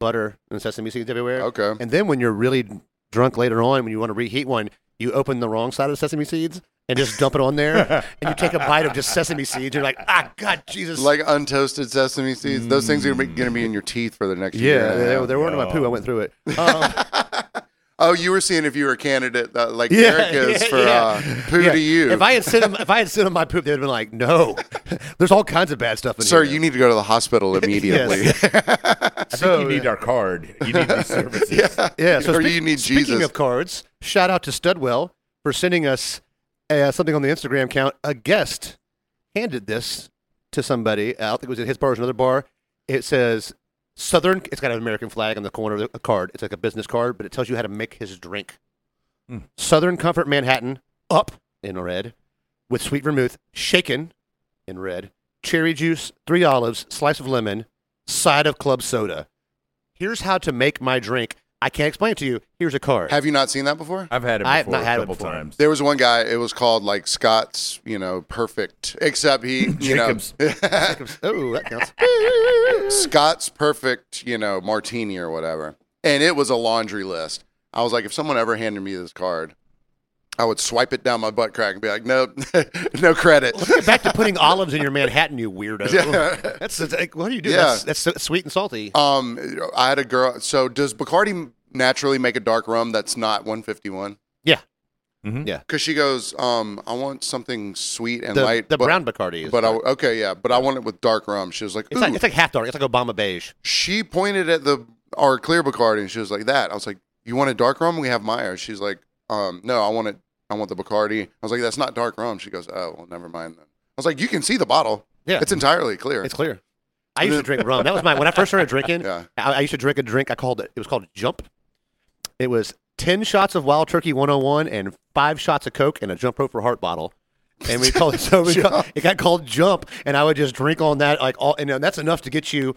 A: Butter and sesame seeds everywhere.
B: Okay.
A: And then when you're really drunk later on, when you want to reheat one, you open the wrong side of the sesame seeds and just dump it on there, and you take a bite of just sesame seeds. You're like, ah, God, Jesus.
B: like untoasted sesame seeds. Those things are going to be in your teeth for the next year.
A: yeah,
B: and a
A: they,
B: half.
A: they weren't in my poo. I went through it. Um,
B: Oh, you were seeing if you were a candidate uh, like
A: Yeah,
B: Eric is
A: yeah,
B: for
A: yeah.
B: uh, poo
A: yeah,
B: to you,
A: If I had sent 'em- if I had sent 'em my poop, they'd have been like, no. There's all kinds of bad stuff in
B: sir.
A: here.
B: You need to go to the hospital immediately.
C: I think you need our card. You need these services.
A: Yeah, so
B: Or
A: speak-
B: you need
A: speaking
B: Jesus.
A: of cards, shout out to Studwell for sending us uh, something on the Instagram account. A guest handed this to somebody. I don't think it was at his bar, it was another bar. It says Southern. It's got an American flag on the corner of the a card. It's like a business card, but it tells you how to make his drink. Southern Comfort Manhattan up in red with sweet vermouth, shaken in red, cherry juice, three olives, slice of lemon, side of club soda. Here's how to make my drink. I can't explain it to you. Here's a card.
B: Have you not seen that before?
C: I've had it before
A: I have not had it
C: a couple
A: before.
C: times.
B: There was one guy. It was called like Scott's, you know, perfect. Except he, you know,
C: Jacob's.
A: oh, that counts.
B: Scott's perfect, you know, martini or whatever. And it was a laundry list. I was like, if someone ever handed me this card, I would swipe it down my butt crack and be like, nope, no credit.
A: Back to putting olives in your Manhattan, you weirdo. That's that's- like, what do you do?
B: Yeah.
A: That's, that's so- sweet and salty.
B: Um, I had a girl. So does Bacardi naturally make a dark rum that's not 151?
A: yeah,
B: Because she goes, um, I want something sweet and
A: the,
B: light.
A: the
B: but,
A: brown Bacardi is.
B: But I, okay, yeah, but I want it with dark rum. She was like,
A: it's like
B: "Ooh."
A: it's like half dark. It's like Obama beige.
B: she pointed at the our clear Bacardi and she was like that. I was like, you want a dark rum? We have Meyer. She's like, um, no, I want it. I want the Bacardi. I was like, that's not dark rum. She goes, oh, well, never mind. Then. I was like, you can see the bottle.
A: Yeah.
B: it's entirely clear.
A: It's clear. I used to drink rum. That was my when I first started drinking.
B: Yeah.
A: I, I used to drink a drink. I called it. It was called Jump. It was ten shots of Wild Turkey 101 and five shots of Coke and a Jump Rope for Heart bottle. And we called it so we call- it got called Jump, and I would just drink on that like all. And that's uh, enough to get you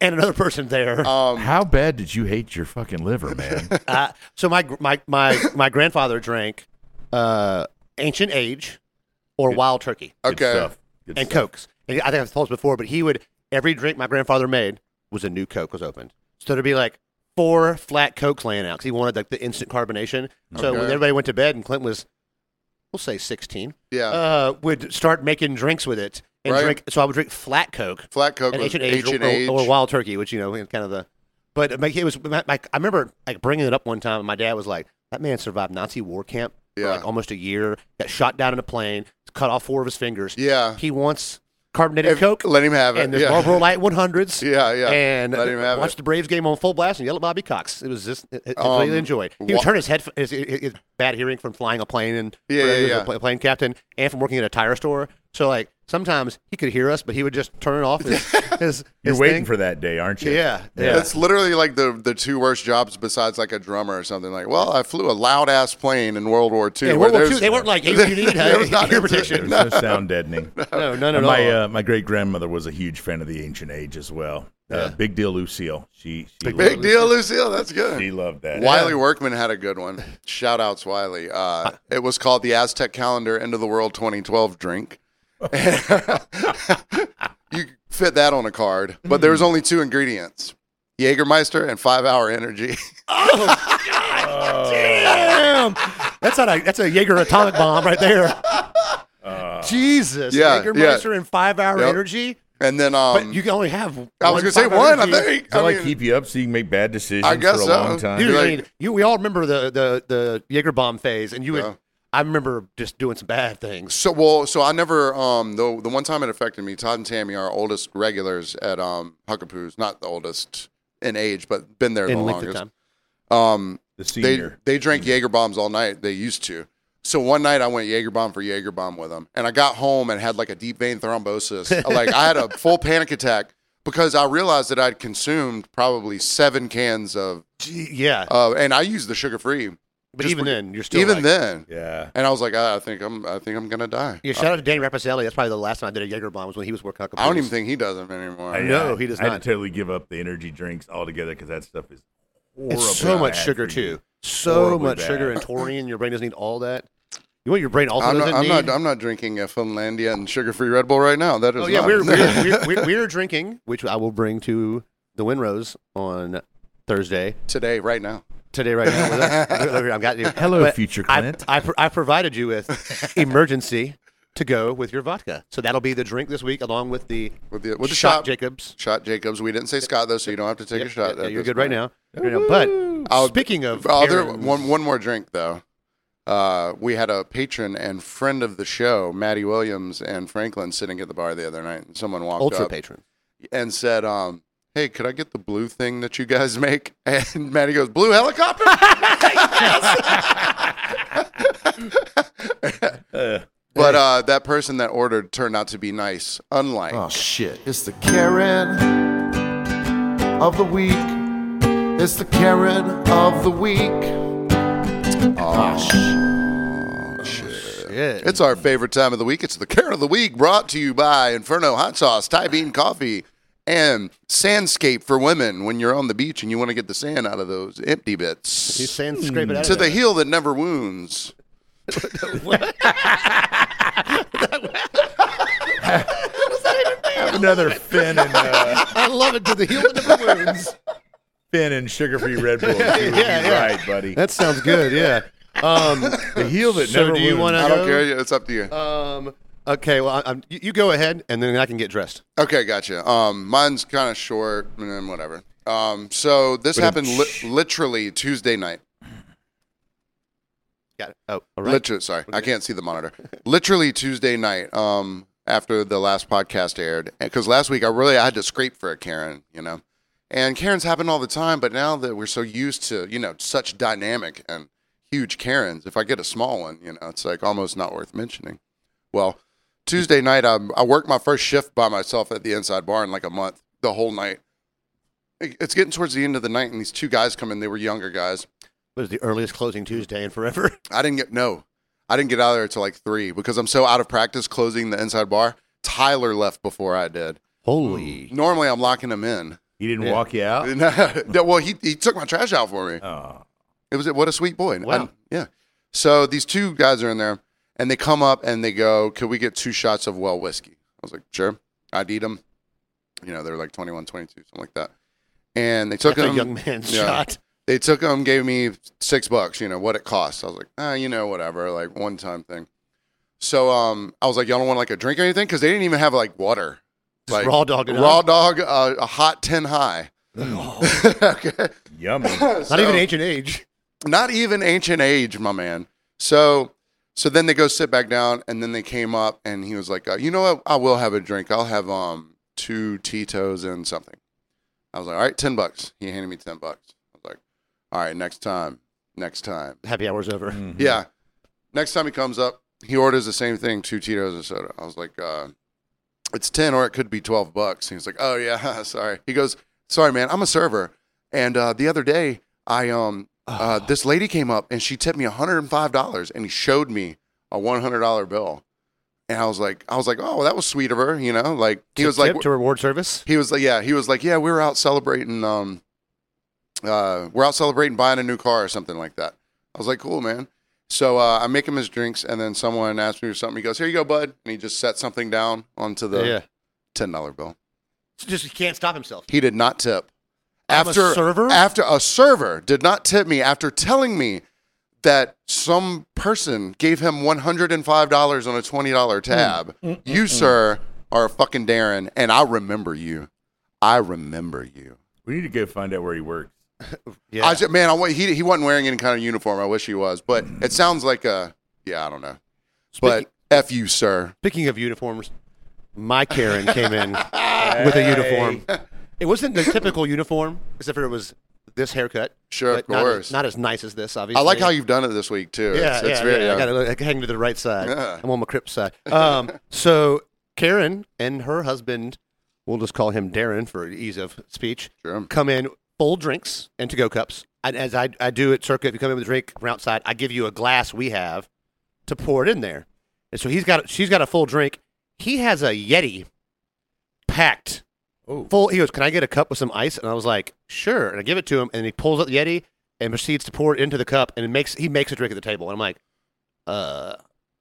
A: and another person there.
B: Um,
E: How bad did you hate your fucking liver, man?
A: Uh, so my gr- my my my grandfather drank uh, ancient age or wild turkey
C: Good
B: okay.
C: stuff. Good
A: and
C: stuff.
A: cokes. And I think I've told this before, but he would every drink my grandfather made was a new coke was opened. So there'd be like four flat cokes laying out because he wanted like the instant carbonation. So when
B: Okay.
A: everybody went to bed and Clint was, we'll say sixteen,
B: Yeah.
A: uh, would start making drinks with it and
B: Oh. Right.
A: drink. So I would drink flat coke
B: Flat Coke
A: an
B: was
A: ancient age, or, or wild turkey, which you know, is kind of the. But like, it was my, my, I remember like bringing it up one time, and my dad was like, "That man survived Nazi war camp for
B: Yeah.
A: like almost a year. Got shot down in a plane, cut off four of his fingers.
B: Yeah.
A: He wants carbonated
B: If-
A: Coke
B: Let him have it.
A: and there's
B: yeah.
A: Marlboro Light 100s.
B: yeah, yeah.
A: And
B: let him have
A: watched
B: it.
A: the Braves game on full blast and yelled at Bobby Cox. It was just it, it-
B: Um,
A: completely enjoyed. He
B: wha-
A: would turn his head his, his, his bad hearing from flying a plane and
B: Yeah, yeah,
A: he was
B: yeah.
A: a pl- plane captain and from working at a tire store. So like sometimes he could hear us, but he would just turn it off. His, his,
C: You're
A: his
C: waiting
A: thing.
C: for that day, aren't you?
A: yeah, yeah.
B: That's literally like the the two worst jobs besides like a drummer or something. Like, well, I flew a loud ass plane in World War
A: Yeah,
B: II. where
A: World War
B: there's-
A: II, they weren't like, hey, you need
B: There was
A: uh,
B: not
A: ear
B: into it.
A: protection.
C: There's no sound deadening.
A: No, none at
C: And
A: all.
C: my uh, my great grandmother was a huge fan of the ancient age as well. Uh, Big deal, Lucille. She she loved,
B: Big deal, Lucille. That's good.
C: She loved that.
B: Wiley Workman had a good one. Shout outs, Wiley. Uh, it was called the Aztec Calendar End of the World 2012 drink. you fit that on a card, but there was only two ingredients Jägermeister and five hour energy.
A: Damn, that's not a that's a Jaeger atomic bomb right there.
C: Uh,
A: Jesus,
B: yeah,
A: Jaeger
B: yeah.
A: Meister and five hour
B: Yep.
A: energy,
B: And then,
A: but
B: um,
A: you can only have.
B: I
A: one
B: was going to say
A: 5-hour
B: one, I
A: energy.
B: think.
C: Does that
B: I
C: like
B: mean,
C: keep you up so you can make bad decisions
B: I guess
C: for a
B: so.
C: long time?
A: Dude,
B: You're
A: I
B: like-
A: mean, you we all remember the the the Jaeger bomb phase, and you would.
B: Yeah.
A: I remember just doing some bad things.
B: So well, so I never um the the one time it affected me, Todd and Tammy are oldest regulars at um Huckapoo's, not the oldest in age, but been there
A: In
B: the
A: length of
B: longest.
A: time,
B: Um
C: the
B: they
C: senior.
B: they drank Jaeger bombs all night. They used to. So one night I went Jaeger bomb for Jaeger bomb with them, and I got home and had like a deep vein thrombosis. like I had a full panic attack because I realized that I'd consumed probably seven cans of,
A: Gee, yeah.
B: uh, and I used the sugar free.
A: but even then, you're still
B: Even
A: like-
B: then,
C: yeah.
B: and I was like, "Ah, I, I think I'm I think I'm gonna die.
A: Yeah, shout out to Danny Rapacelli. That's probably the last time I did a Jaeger bomb was when he was working.
B: uh, I don't even think he does them anymore.
C: I-
A: No,
C: I-
A: he does
C: I had
A: not.
C: to totally give up the energy drinks altogether because that stuff is horrible.
A: it's so much
C: bad
A: sugar
C: for you.
A: too. So
C: Horribly
A: much
C: bad.
A: sugar and taurine. Your brain doesn't need all that. You want your brain also
B: I'm not,
A: doesn't
B: I'm
A: need.
B: not. I'm not drinking a Finlandia and sugar-free Red Bull right now. That is.
A: oh yeah,
B: not-
A: we're we're, we're, we're we're drinking, which I will bring to the Winrose on Thursday.
B: today, right now.
A: today right now. With us. I've got you.
E: Hello, future Clint.
A: I, I, pr- I provided you with emergency to go with your vodka. So that'll be the drink this week, along with the
B: With the with the
A: shot,
B: shot,
A: Jacobs.
B: shot Jacobs. We didn't say Scott though, so you don't have to take a shot.
A: Yeah,
B: at
A: you're
B: this
A: good right now.
B: point.
A: Right now. But
B: I'll-
A: speaking of
B: Oh, there-
A: errands-
B: one one more drink though. Uh, we had a patron and friend of the show, Maddie Williams and Franklin, sitting at the bar the other night, and someone walked
A: ultra
B: up
A: patron,
B: and said, um, "Hey, could I get the blue thing that you guys make?" And Maddie goes, "Blue helicopter."
C: Uh,
B: But uh, that person that ordered turned out to be nice, unlike
D: Oh shit. It's the Karen of the week. It's the Karen of the week. Oh, shit.
B: It's our favorite time of the week. It's the Karen of the Week brought to you by Inferno Hot Sauce, Thai Bean Coffee, and Sandscape for women when you're on the beach and you want to get the sand out of those empty
A: he's
B: bits.
A: saying scrape it out.
B: To
A: of
B: the
A: there.
B: heel that never wounds.
C: another Finn and uh,
A: I love it to the heel of the wounds.
C: Finn and sugar-free Red Bull. yeah,
A: yeah.
C: right, buddy.
A: That sounds good. Yeah. Um,
C: the heel that
A: so
C: never
A: do you
C: wounds.
A: want to?
B: I don't care. It's up to you.
A: Um, okay. Well, I- I'm, you, you go ahead, and then I can get dressed.
B: Okay, gotcha. Um, mine's kind of short and whatever. Um, so this happened li- literally Tuesday night.
A: Got it. Oh, all right.
B: Literally, sorry, I can't see the monitor. Literally Tuesday night, um, after the last podcast aired, because last week I really I had to scrape for a Karen, you know, and Karens happen all the time, but now that we're so used to you know such dynamic and huge Karens, if I get a small one, you know, it's like almost not worth mentioning. Well, Tuesday night I I worked my first shift by myself at the inside bar in like a month, the whole night. It- It's getting towards the end of the night, and these two guys come in. They were younger guys.
A: What is the earliest closing Tuesday in forever?
B: I didn't get no. I didn't get out of there till like three because I'm so out of practice closing the inside bar. Tyler left before I did.
A: Holy.
B: Normally I'm locking him in.
C: He didn't walk you out.
B: No, well, he, he took my trash out for me.
C: Oh.
B: It was what a sweet boy. And
A: Wow.
B: yeah. So these two guys are in there, and they come up and they go, "Could we get two shots of well whiskey?" I was like, "Sure." I'd eat them. You know, they're like 21, 22, something like that. And they took
A: That's a
B: them.
A: young man's
B: yeah.
A: shot.
B: They took them, gave me six bucks. You know what it costs. I was like, ah, you know, whatever, like one time thing. So um, I was like, y'all don't want like a drink or anything because they didn't even have like water.
A: Just raw dog it
B: raw
A: up.
B: dog, uh, a hot ten high. okay.
C: Yummy.
A: Not even ancient age.
B: not even ancient age, my man. So, so then they go sit back down, and then they came up, and he was like, uh, "You know what? I will have a drink. I'll have um two Tito's and something." I was like, "All right, ten bucks." He handed me ten bucks. I was like, "All right, next time, next time."
A: Happy hour's over.
C: Mm. Mm-hmm.
B: Yeah. Next time he comes up, he orders the same thing, two Tito's and soda. I was like, uh, it's 10 or it could be 12 bucks. And he's like, oh, yeah, sorry. He goes, sorry, man, I'm a server. And uh, the other day, I um, uh, this lady came up and she tipped me $105 and he showed me a $100 bill. And I was like, I was like, oh, that was sweet of her, you know? Like, he was like,
A: Tip to reward service.
B: he was like, yeah, he was like, yeah, we were out celebrating, um, uh, we're out celebrating buying a new car or something like that. I was like, cool, man. So uh, I make him his drinks, and then someone asked me for something. He goes, here you go, bud, and he just set something down onto the
A: yeah.
B: ten dollar bill.
A: Just he can't stop himself.
B: He did not tip.
A: I'm a server?
B: after a server did not tip me after telling me that some person gave him one hundred and five dollars on a twenty
A: Mm,
B: dollar tab. You sir are a fucking Darren, and I remember you. I remember you.
C: We need to go find out where he works.
A: Yeah.
B: I just, man, I, wa- he he wasn't wearing any kind of uniform. I wish he was, but
A: Mm.
B: it sounds like a yeah, I don't know. But f you, sir.
A: Speaking of uniforms, my Karen came in with a uniform. It wasn't the typical uniform, except for it was this haircut.
B: Sure, of
A: but not as-
B: course.
A: Not, as nice as this, obviously.
B: I like how you've done it this week too.
A: Yeah,
B: it's, it's
A: yeah,
B: very,
A: yeah.
B: uh,
A: I gotta like, hang to the right side.
B: Yeah.
A: I'm on my crip side. Um, so Karen and her husband, we'll just call him Darren for ease of speech,
B: Sure.
A: come in full drinks and to-go cups. And as I, I do at Circa, if you come in with a drink from outside, I give you a glass we have to pour it in there. And so he's got she's got a full drink. He has a Yeti packed.
E: Oh.
A: Full he goes, Can I get a cup with some ice? And I was like, Sure. And I give it to him and he pulls up the Yeti and proceeds to pour it into the cup and it makes he makes a drink at the table. And I'm like, uh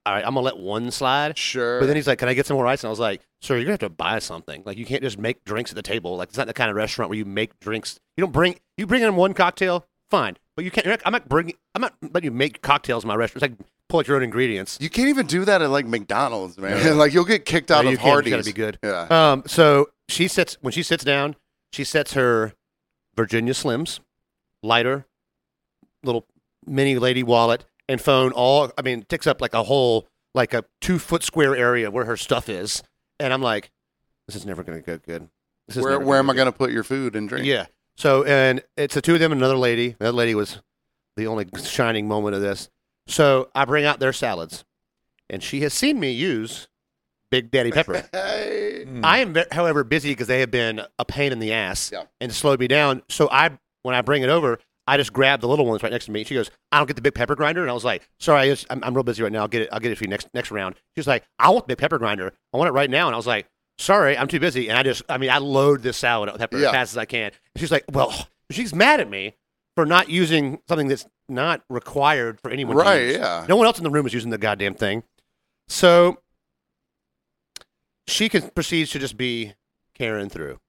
A: all right, I'm gonna let one slide.
B: sure.
A: But then he's like, Can I get some more ice? And I was like, Sir, you're gonna have to buy something. Like you can't just make drinks at the table. Like it's not the kind of restaurant where you make drinks. You don't bring you bring in one cocktail, fine. But you can't you're not- I'm not bringing I'm not letting you make cocktails in my restaurant. It's like pull out your own ingredients.
B: You can't even do that at like McDonald's, man. like you'll get kicked out
A: No, you
B: of
A: can't. It's
B: Hardee's.
A: gotta be good.
B: Yeah.
A: Um, so she sits when she sits down, she sets her Virginia Slims, lighter, little mini lady wallet and phone. All I mean, takes up like a whole like a two foot square area where her stuff is, and I'm like, this is never gonna go good. This is
B: Where
A: never
B: where am I
A: gonna
B: going to put your food and
A: go
B: drink?
A: good. Yeah. So and it's the two of them and another lady. That lady was the only shining moment of this. So I bring out their salads, and she has seen me use Big Daddy Pepper.
B: Hey.
A: I am, ve- however, busy because they have been a pain in the ass
B: Mm-hmm. Yeah.
A: and slowed me down. So I, when I bring it over, I just grab the little ones right next to me. She goes, "I don't get the big pepper grinder," and I was like, "Sorry, I just, I'm, I'm real busy right now. I'll get it. I'll get it for you next next round." She was like, "I want the big pepper grinder. I want it right now," and I was like, "Sorry, I'm too busy." And I just, I mean, I load this salad up with pepper
B: Yeah.
A: as fast as I can. And she's like, "Well," she's mad at me for not using something that's not required for anyone. to
B: Right,
A: use.
B: yeah.
A: No one else in the room is using the goddamn thing. So she can proceeds to just be Karen through.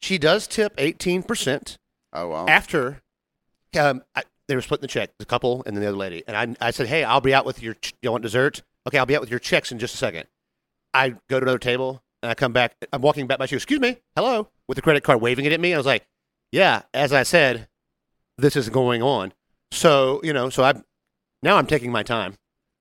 A: She does tip eighteen percent
B: Oh wow.
A: after um, I, they were splitting the check, the couple and then the other lady. And I, I said, "Hey, I'll be out with your. Ch- you want dessert? Okay, I'll be out with your checks in just a second. I go to another table and I come back. I'm walking back by shoe. Excuse me, hello, with the credit card waving it at me. I was like, "Yeah, as I said, this is going on. So you know, so I now I'm taking my time.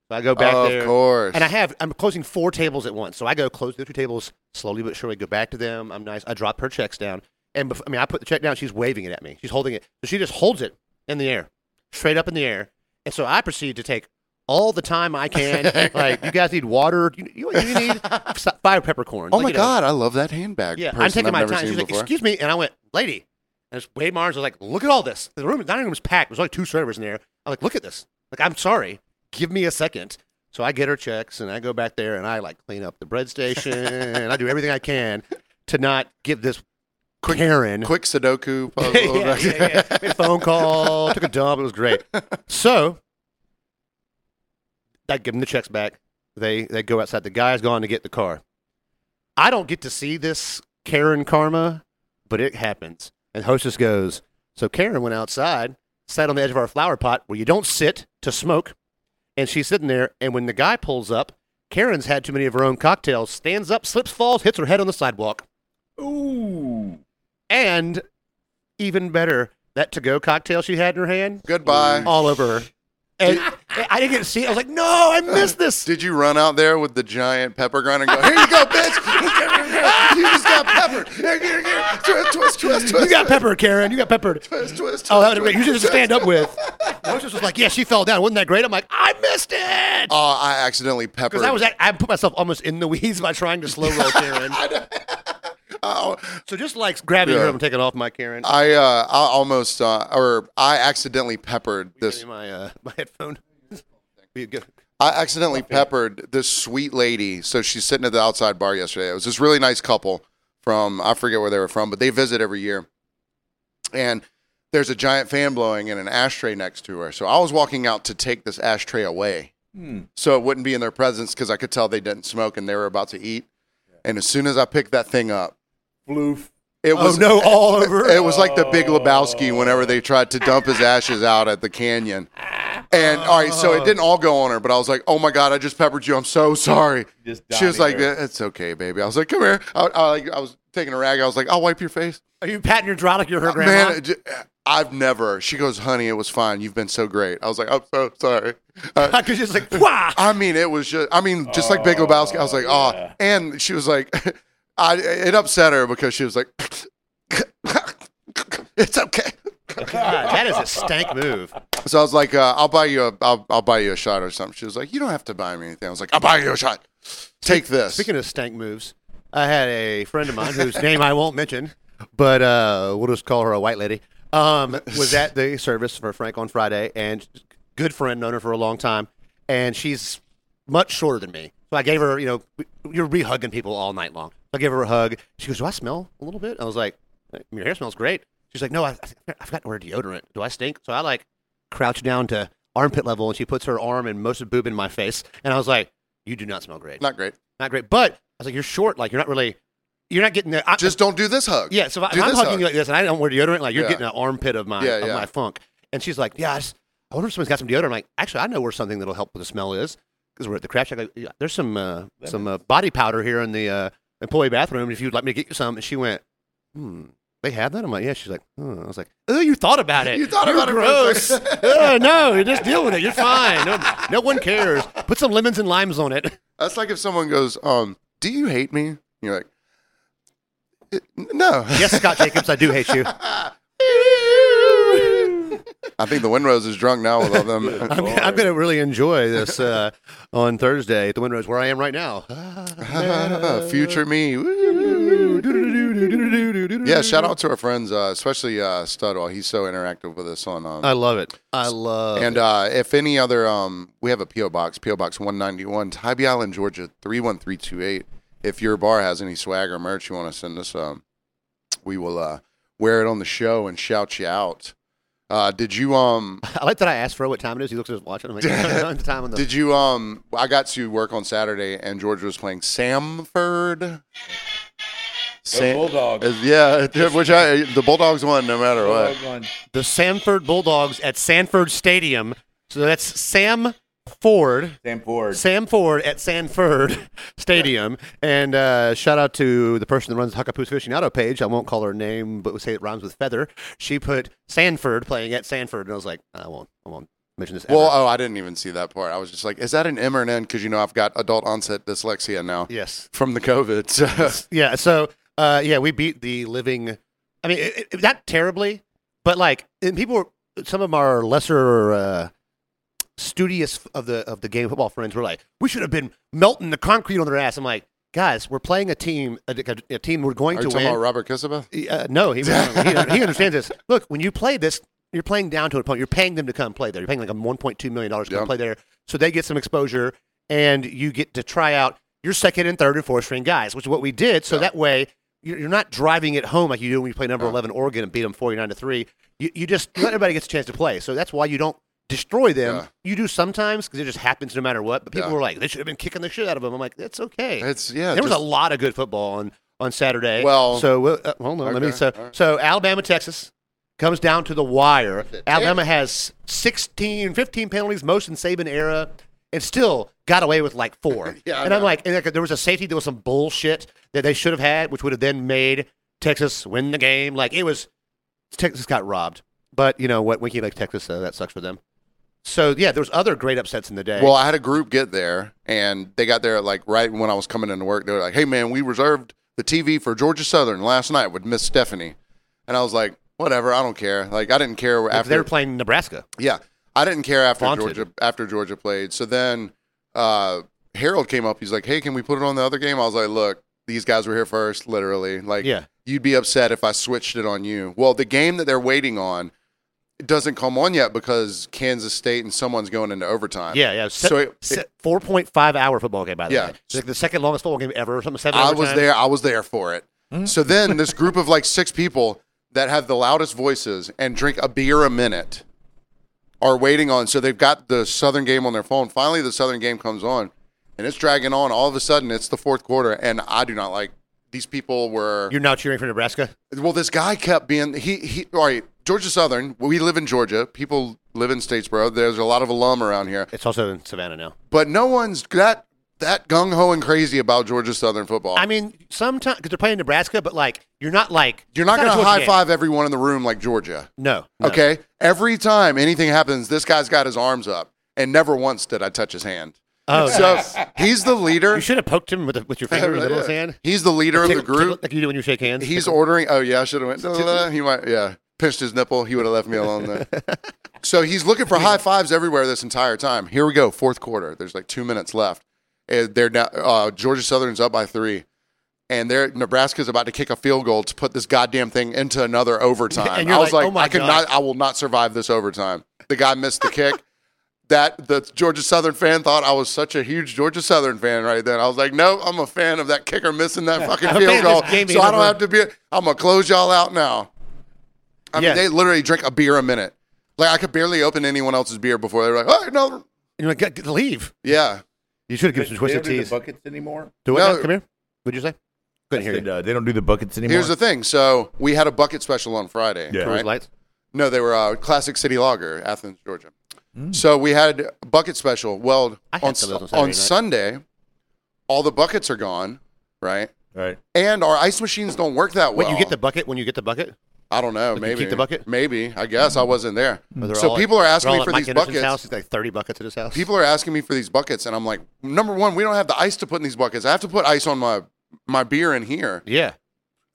A: So I go back
B: of
A: there.
B: course.
A: And I have I'm closing four tables at once. So I go close the two tables slowly but surely. Go back to them. I'm nice. I drop her checks down, and bef- I mean I put the check down. She's waving it at me. She's holding it. So she just holds it in the air, straight up in the air. And so I proceed to take all the time I can. like you guys need water. You, you, you need s- five peppercorns.
B: oh
A: Like,
B: my
A: you know,
B: god, I love that handbag.
A: yeah,
B: person
A: I'm taking
B: I've
A: my
B: never
A: time.
B: seen
A: She's like,
B: before.
A: "Excuse me," and I went, "Lady." And it's Wade Mars was like, "Look at all this. The room, the dining room is packed. There's only two servers in there." I'm like, "Look at this. Like, I'm sorry. Give me a second. So I get her checks and I go back there and I like clean up the bread station and I do everything I can to not give this
B: Quick-
A: Karen.
B: Quick Sudoku Oh, puzzle.
A: yeah, yeah, yeah. Made a phone call, took a dump. It was great. So, I give them the checks back. They they go outside. The guy's gone to get the car. I don't get to see this Karen karma, but it happens. And the hostess goes. So Karen went outside, sat on the edge of our flower pot where you don't sit to smoke, and she's sitting there. And when the guy pulls up, Karen's had too many of her own cocktails. Stands up, slips, falls, hits her head on the sidewalk.
C: Ooh.
A: And even better, that to go cocktail she had in her hand,
B: Goodbye.
A: all over her. And I didn't get to see it. I was like, no, I missed this.
B: Did you run out there with the giant pepper grinder and go, here you go, bitch. you just got peppered. Here, here, here. Twist, twist, twist,
A: You
B: twist,
A: got peppered, Karen. You got peppered.
B: twist, twist.
A: Oh, that was
B: twist,
A: great. You
B: twist.
A: should just stand up with. The hostess was like, yeah, she fell down. Wasn't that great? I'm like, I missed it.
B: Oh, I accidentally peppered.
A: Because I was, at, I put myself almost in the weeds by trying to slow roll Karen.
B: Oh,
A: So just like grabbing
B: Yeah.
A: her up and taking off my Karen.
B: I, uh, I almost, uh, or I accidentally peppered this.
A: Give me my uh, my headphone. Be good.
B: I accidentally peppered this sweet lady. So she's sitting at the outside bar yesterday. It was this really nice couple from I forget where they were from, but they visit every year. And there's a giant fan blowing and an ashtray next to her. So I was walking out to take this ashtray away.
A: Hmm.
B: So it wouldn't be in their presence because I could tell they didn't smoke and they were about to eat. And as soon as I picked that thing up,
C: Bloof.
B: it
A: Oh
B: was
A: no, all over.
B: it was like the Big Lebowski whenever they tried to dump his ashes out at the canyon. And all right, so it didn't all go on her, but I was like, "Oh my god, I just peppered you. I'm so sorry."
C: Just
B: She was like,
C: Donnie there.
B: "It's okay, baby." I was like, "Come here." I, I, like, I was taking a rag. I was like, "I'll wipe your face."
A: Are you patting your draw like you're her grandma?
B: Man, it j- I've never. She goes, "Honey, it was fine. You've been so great." I was like, "I'm so sorry." Uh,
A: Because she's like, wah.
B: I mean, it was just. I mean, just like Big Lebowski. I was like, "Oh," and she was like, "I." It upset her because she was like, "It's okay."
A: God, that is a stank move.
B: So I was like, uh, "I'll buy you a, I'll, I'll buy you a shot or something." She was like, "You don't have to buy me anything." I was like, "I'll buy you a shot. Take this."
A: Speaking of stank moves, I had a friend of mine whose name I won't mention, but uh, we'll just call her a white lady. Um, was at the service for Frank on Friday, and good friend, known her for a long time, and she's much shorter than me. So I gave her, you know, you're re hugging people all night long. I gave her a hug. She goes, "Do I smell a little bit?" I was like, "Your hair smells great." She's like, "No, I, I forgot to wear deodorant. Do I stink?" So I like crouch down to armpit level, and she puts her arm and most of boob in my face, and I was like, "You do not smell great."
B: not great.
A: not great. But I was like, you're short. Like you're not really, you're not getting the I,
B: Just don't do this hug.
A: yeah. So if, I-
B: do
A: if I'm
B: this
A: hugging
B: hug.
A: you like this, and I don't wear deodorant, like you're
B: Yeah.
A: getting an armpit of my
B: Yeah,
A: of
B: yeah.
A: my funk. And she's like, yeah, I, just, I wonder if someone's got some deodorant. I'm like, actually, I know where something that'll help with the smell is because we're at the craft shack. Like, yeah, there's some uh, some uh, body powder here in the uh, employee bathroom. If you'd like me to get you some, and she went, hmm. They have that. I'm like, yeah. She's like, oh. I was like, oh, you thought about it.
B: You thought
A: You're
B: about it for a
A: gross.
B: second.
A: oh, no, you just deal with it. You're fine. No, no one cares. Put some lemons and limes on it.
B: That's like if someone goes, um, "Do you hate me?" And you're like, "Eh, "No."
A: yes, Scott Jacobs, I do hate you.
B: I think the Windrose is drunk now with all them.
A: I'm, I'm going to really enjoy this uh, on Thursday at the Windrose, where I am right now.
B: Future me. Yeah, shout out to our friends, uh, especially uh, Studwell. He's so interactive with us on um,
A: I love it. I love
B: And uh, if any other, um, we have a PO box, PO box one ninety one, Tybee Island, Georgia three one three two eight. If your bar has any swag or merch you want to send us, um, we will uh, wear it on the show and shout you out. Uh, did you um
A: uh, I like that I asked Fro what time it is. He looks at his watch. and I'm like, I don't have the time on the.
B: did you um I got to work on Saturday and Georgia was playing Samford. Sam-
E: Bulldogs.
B: is- yeah, which I the Bulldogs won no matter what.
A: the Sanford Bulldogs at Sanford Stadium. So that's Sam Ford.
E: Sam Ford.
A: Sam Ford at Sanford Stadium. And uh, shout out to the person that runs the Huckapoo's Aficionado page. I won't call her name, but we'll say it rhymes with feather. She put Sanford playing at Sanford. And I was like, I won't, I won't mention this.
B: Well,
A: ever.
B: oh, I didn't even see that part. I was just like, is that an M or an N? Because you know I've got adult onset dyslexia now
A: yes.
B: from the COVID. so-
A: Yeah. So, uh, yeah, we beat the living. I mean, it, it, not terribly, but like, and people, were, some of our lesser uh, studious of the of the game football friends were like, we should have been melting the concrete on their ass. I'm like, guys, we're playing a team, a, a- a team we're going
B: Are
A: to
B: you
A: win.
B: talking about Robert Kisaba?
A: Uh, no, he, he, he understands this. Look, when you play this, you're playing down to an opponent. You're paying them to come play there. You're paying like a $1.2 million to
B: Yeah.
A: come play there. So they get some exposure and you get to try out your second and third and fourth string guys, which is what we did. So that way you're you're not driving it home like you do when you play number 11 Oregon and beat them 49 to 3. You, you just, not everybody gets a chance to play. So that's why you don't destroy them.
B: Yeah.
A: You do sometimes because it just happens no matter what. But people
B: Yeah.
A: were like, they should have been kicking the shit out of them. I'm like, that's okay.
B: It's yeah.
A: there was a
B: just-
A: lot of good football on, on Saturday.
B: Well-
A: so we'll- uh, hold on. let me.
B: Okay,
A: So,
B: all right.
A: so Alabama, Texas comes down to the wire. Alabama has 16, 15 penalties, most in Saban era, and still got away with like four.
B: Yeah, I
A: and I'm
B: know.
A: like, and like, there was a safety, there was some bullshit that they should have had, which would have then made Texas win the game. Like it was, Texas got robbed. But you know what? Winky likes Texas, so that sucks for them. So yeah, there was other great upsets in the day.
B: Well, I had a group get there, and they got there like right when I was coming into work. They were like, "Hey, man, we reserved the TV for Georgia Southern last night with Miss Stephanie," and I was like, "Whatever, I don't care." Like, I didn't care
A: If
B: after
A: they were playing Nebraska.
B: Yeah, I didn't care after
A: Wanted.
B: Georgia after Georgia played. So then uh, Harold came up. He's like, "Hey, can we put it on the other game?" I was like, "Look, these guys were here first, literally. Like,
A: Yeah.
B: you'd be upset if I switched it on you." Well, the game that they're waiting on it doesn't come on yet because Kansas State and someone's going into overtime.
A: Yeah, yeah. Se-
B: So it-
A: se- 4.5 hour football game, by the
B: Yeah.
A: way. It's like the second longest football game ever. or Something seven
B: I was
A: overtime.
B: there. I was there for it. So then this group of like six people that have the loudest voices and drink a beer a minute are waiting on. So they've got the Southern game on their phone. Finally, the Southern game comes on, and it's dragging on. All of a sudden, it's the fourth quarter, and I do not like these people were.
A: You're now cheering for Nebraska?
B: Well, this guy kept being he he. All right, Georgia Southern. We live in Georgia. People live in Statesboro. There's a lot of alum around here
A: It's also in Savannah now.
B: but no one's that that gung ho and crazy about Georgia Southern football.
A: I mean, sometimes, because they're playing Nebraska, but like, you're not like.
B: You're not
A: it's
B: going
A: a
B: to
A: Georgia
B: high
A: game.
B: five everyone in the room like Georgia.
A: No, no.
B: Okay, every time anything happens, this guy's got his arms up, and never once did I touch his hand.
A: Oh,
B: so he's the leader.
A: You should have poked him with, the, with your finger in the middle of his hand.
B: He's the leader of the
A: Tickle- tickle-
B: group.
A: Like you do when you shake hands.
B: He's ordering. Oh yeah, I should have went. "Da, da, da." He might. Yeah, pinched his nipple. He would have left me alone there. So he's looking for high fives everywhere this entire time. Here we go, fourth quarter. There's like two minutes left. And they're now uh, Georgia Southern's up by three, and they're Nebraska's about to kick a field goal to put this goddamn thing into another overtime.
A: And you're
B: I was
A: like, "Oh
B: like,
A: my
B: I could
A: God."
B: not. I will not survive this overtime. The guy missed the kick. That the Georgia Southern fan thought I was such a huge Georgia Southern fan right then. I was like, no, I'm a fan of that kicker missing that fucking
A: I'm a
B: field
A: fan of
B: goal.
A: this game
B: So I don't
A: over.
B: have to be. I'm gonna close y'all out now. I mean,
A: Yeah.
B: they literally drink a beer a minute. Like I could barely open anyone else's beer before they were like, "Oh no,
A: You're like, "Get- get- leave.
B: yeah,
A: You should have given some twisted tees.
C: buckets anymore.
A: Do what?
B: No.
A: now? Come here. What'd you say? Couldn't hear you.
E: They, uh, they don't do the buckets anymore.
B: Here's the thing. So we had a bucket special on Friday.
E: Yeah.
A: Those
B: Right?
A: lights.
B: No, they were uh, classic city lager, Athens, Georgia. So we had a bucket special. Well,
A: Mm. I had
B: on,
A: some of those on
B: on,
A: Saturday night.
B: Sunday, all the buckets are gone, right?
E: right.
B: And our ice machines don't work that
A: Wait,
B: well.
A: you get the bucket when you get the bucket?
B: I don't know.
A: you
B: maybe
A: keep the bucket?
B: Maybe I guess I wasn't there.
A: Or they're
B: So
A: all-
B: people are
A: they're
B: asking
A: all
B: me
A: at
B: for
A: Mike
B: these
A: Anderson's
B: buckets.
A: House. He's like 30 buckets at his house.
B: people are asking me for these buckets and i'm like number one we don't have the ice to put in these buckets i have to put ice on my my beer in here
A: Yeah.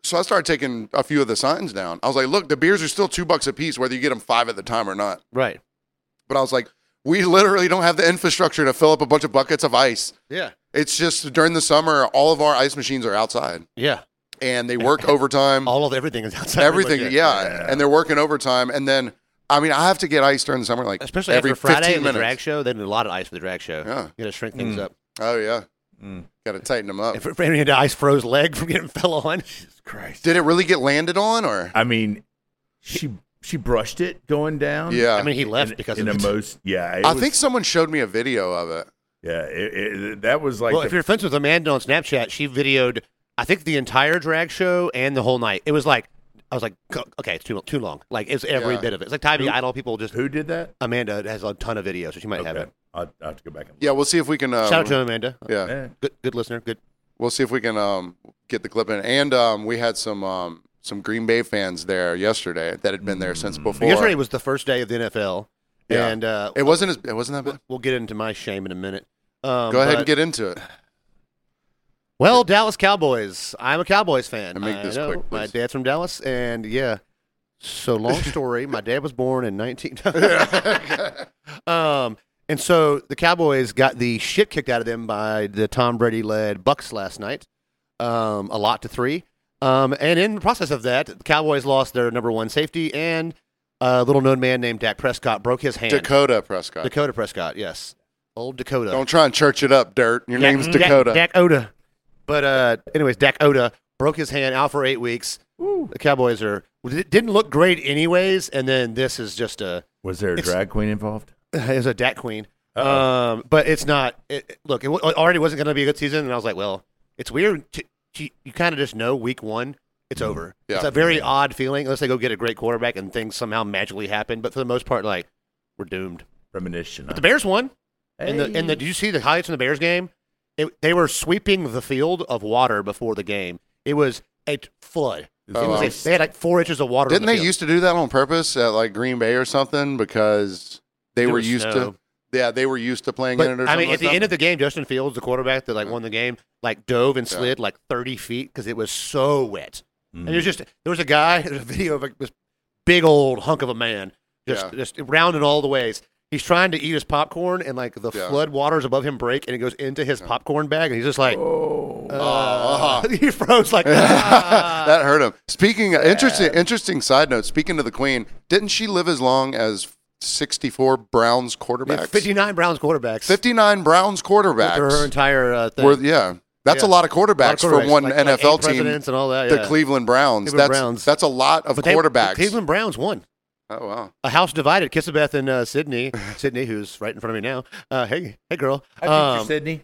B: so i started taking a few of the signs down i was like look the beers are still two bucks a piece whether you get them five at the time or not
A: Right.
B: but i was like we literally don't have the infrastructure to fill up a bunch of buckets of ice
A: Yeah.
B: it's just during the summer all of our ice machines are outside
A: Yeah.
B: and they work overtime
A: All of everything is outside.
B: everything yeah.
A: Everybody-
B: and they're working overtime and then i mean i have to get ice during the summer like
A: especially
B: every
A: after Friday
B: 15
A: and the
B: minutes
A: drag show. They did a lot of ice for the drag show.
B: Yeah.
A: You got to shrink things up.
B: oh yeah gotta tighten them up
A: Mm. If if any of the ice froze leg from getting fell on,
E: Christ.
B: did it really get landed on or
E: I mean, she she brushed it going down.
B: Yeah.
A: I mean he left because
E: in
A: of
E: a
A: it.
E: most. Yeah. it
B: I
E: was-
B: think someone showed me a video of it.
E: Yeah. It, it, that was like.
A: well,
E: the-
A: if you're friends with Amanda on Snapchat, she videoed I think the entire drag show and the whole night. It was like I was like, "Co- okay, it's too too long. Like it's every
B: Yeah.
A: bit of it. It's like Tybee Idol people just
E: who did that?
A: Amanda has a ton of videos, so she might have
E: Okay.
A: it.
E: I'll, I'll have to go back and. Eh.
B: Yeah, we'll see if we can. Uh,
A: Shout out to Amanda,
B: yeah,
E: Yeah.
A: good good listener, good.
B: we'll see if we can um, get the clip in. And um, we had some um, some Green Bay fans there yesterday that had been there since
A: Mm.
B: before.
A: Yesterday was the first day of the NFL,
B: Yeah.
A: and uh,
B: it wasn't as, it wasn't that bad.
A: we'll get into my shame in a minute. Um,
B: Go ahead
A: but-
B: and get into it.
A: Well, Dallas Cowboys. I'm a Cowboys fan.
B: And make
A: I
B: this
A: know.
B: quick,
A: My
B: please.
A: dad's from Dallas, and yeah. So long story. my dad was born in 19. um, and so the Cowboys got the shit kicked out of them by the Tom Brady led Bucks last night, um, a lot to three. Um, and in the process of that, the Cowboys lost their number one safety, and a little known man named Dak Prescott broke his hand.
B: Dakota Prescott.
A: Dakota Prescott, yes, old Dakota. Mm-hmm.
B: Don't try and church it up, dirt. Your name's
A: Dak-
B: Dakota.
A: Dak Oda. But uh, anyways, Dak Oda broke his hand, out for eight weeks. The Cowboys are it didn't look great anyways, and then this is just a
C: Was there a
A: It's-
C: drag queen involved?
A: is a dat queen. Um, but it's not. It, it- look, it wa- it already wasn't going to be a good season, and I was like, well, it's weird. To, to, you kind of just know week one, it's over.
B: Yeah.
A: It's a very odd feeling unless they go get a great quarterback and things somehow magically happen. But for the most part, like we're doomed.
C: Premonition.
A: But the Bears won. And the and the did you see the highlights from the Bears game? It, they were sweeping the field of water before the game. It was a t- flood.
B: Oh,
A: it was
B: wow.
A: a, they had like four inches of water. on
B: Didn't
A: the
B: they
A: field.
B: used to do that on purpose at like Green Bay or something because they
A: It
B: were
A: was
B: used
A: snow.
B: to? Yeah, they were used to playing
A: But,
B: in it or
A: I
B: something.
A: mean,
B: like
A: at the
B: that.
A: end of the game, Justin Fields, the quarterback that like won the game, like dove and slid like thirty feet because it was so wet. And
B: Mm.
A: it was just there was a guy. There's a video of like, this big old hunk of a man just
B: Yeah.
A: just rounding all the ways. He's trying to eat his popcorn, and like the
B: Yeah.
A: flood waters above him break, and it goes into his popcorn bag, and he's just like,
E: Oh.
B: uh-huh.
A: he froze like. "Ah."
B: that hurt him. Speaking of, interesting, interesting side note. Speaking to the Queen, didn't she live as long as sixty-four Browns
A: We had
B: quarterbacks?
A: 59 Browns quarterbacks.
B: Fifty-nine Browns
A: for her
B: quarterbacks.
A: entire uh, thing.
B: Were, yeah, that's
A: Yeah.
B: a lot of
A: A lot of
B: quarterbacks for
A: quarterbacks,
B: one
A: like- like eight
B: NFL team.
A: presidents and all that.
B: The
A: yeah.
B: Cleveland Browns.
A: Cleveland
B: that's
A: Browns.
B: that's a lot of
A: But they-
B: quarterbacks.
A: the Cleveland Browns won.
B: Oh wow.
A: A house divided. Kissabeth and uh, Sydney. Sydney, who's right in front of me now. Uh, hey, hey, girl. Um,
E: Sydney.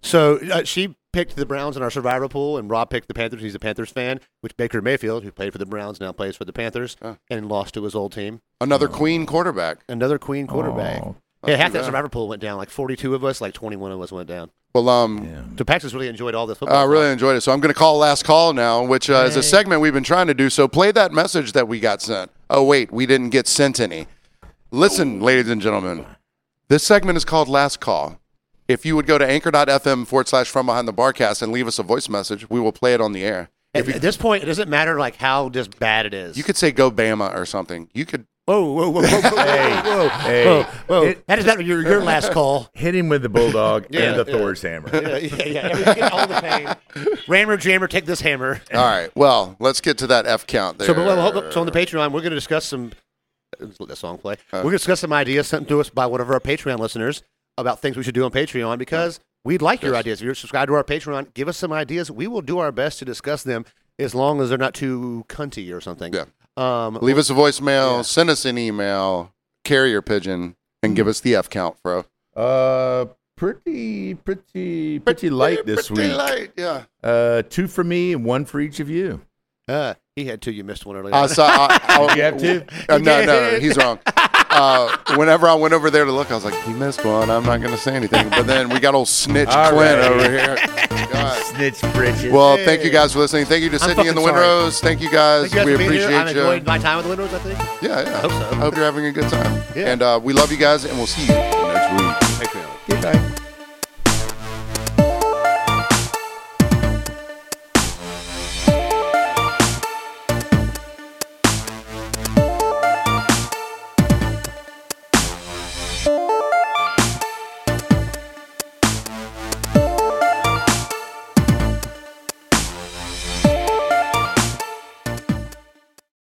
A: so uh, she picked the Browns in our survivor pool, and Rob picked the Panthers. He's a Panthers fan, which Baker Mayfield, who played for the Browns, now plays for the Panthers,
B: Oh.
A: and lost to his old team.
B: Another
A: Hmm.
B: Queen quarterback.
A: Another Queen quarterback.
C: Oh.
A: yeah, half
B: too
A: that
B: bad.
A: survivor pool went down. Like 42 of us, like 21 of us went down.
B: Well, um,
C: Yeah.
A: So Paxton's really enjoyed all this football.
B: I
A: talk.
B: Uh, really enjoyed it. So I'm going to call last call now, which uh, is a segment we've been trying to do. So play that message that we got sent. Oh wait, we didn't get sent any. Listen, ladies and gentlemen, this segment is called Last Call. If you would go to anchor.fm forward slash from behind the barcast and leave us a voice message, we will play it on the air.
A: At, at this point, it doesn't matter like how just bad it is.
B: You could say go Bama or something. You could
A: whoa, whoa, whoa, whoa, whoa, whoa, whoa,
C: Hey.
A: whoa, whoa.
C: It-
A: that is not your, your last call.
C: Hit him with the bulldog
A: Yeah,
C: and the
A: yeah.
C: Thor's hammer.
A: yeah, yeah, yeah. Get all the pain. Rammer, jammer, take this hammer.
B: All right. Well, let's get to that F count there.
A: So,
B: Uh.
A: but, well, hold up. so on the Patreon, we're going to discuss some. Let's let that song play. we're going to discuss some ideas sent to us by one of our Patreon listeners about things we should do on Patreon because we'd like your ideas. If you're subscribed to our Patreon, give us some ideas. We will do our best to discuss them as long as they're not too cunty or something.
B: Yeah.
A: Um,
B: Leave us a voicemail,
A: Yeah.
B: send us an email, carrier pigeon, and give us the F count, bro.
C: Uh, pretty, pretty, pretty light this
B: Pretty
C: week.
B: light, yeah.
C: Uh, two for me and one for each of you.
A: uh, he had two. You missed one earlier.
B: I saw. Uh, I, I,
C: You have two?
B: Uh, no, no, he's wrong. Uh, whenever I went over there to look, I was like, he missed one. I'm not going to say anything. But then we got old snitch
C: All
B: Clint
C: right.
B: over here. God.
C: Snitch britches.
B: Well, thank you guys for listening. Thank you to
A: I'm
B: Sydney and the
A: fucking sorry.
B: Winrose. Thank you guys.
A: Thank you guys
B: we
A: for being
B: appreciate
A: here. I've
B: you.
A: enjoyed my time with the Windows, I think.
B: yeah, yeah.
A: hope so.
B: I hope you're having a good time.
A: Yeah.
B: And uh, we love you guys, and we'll see you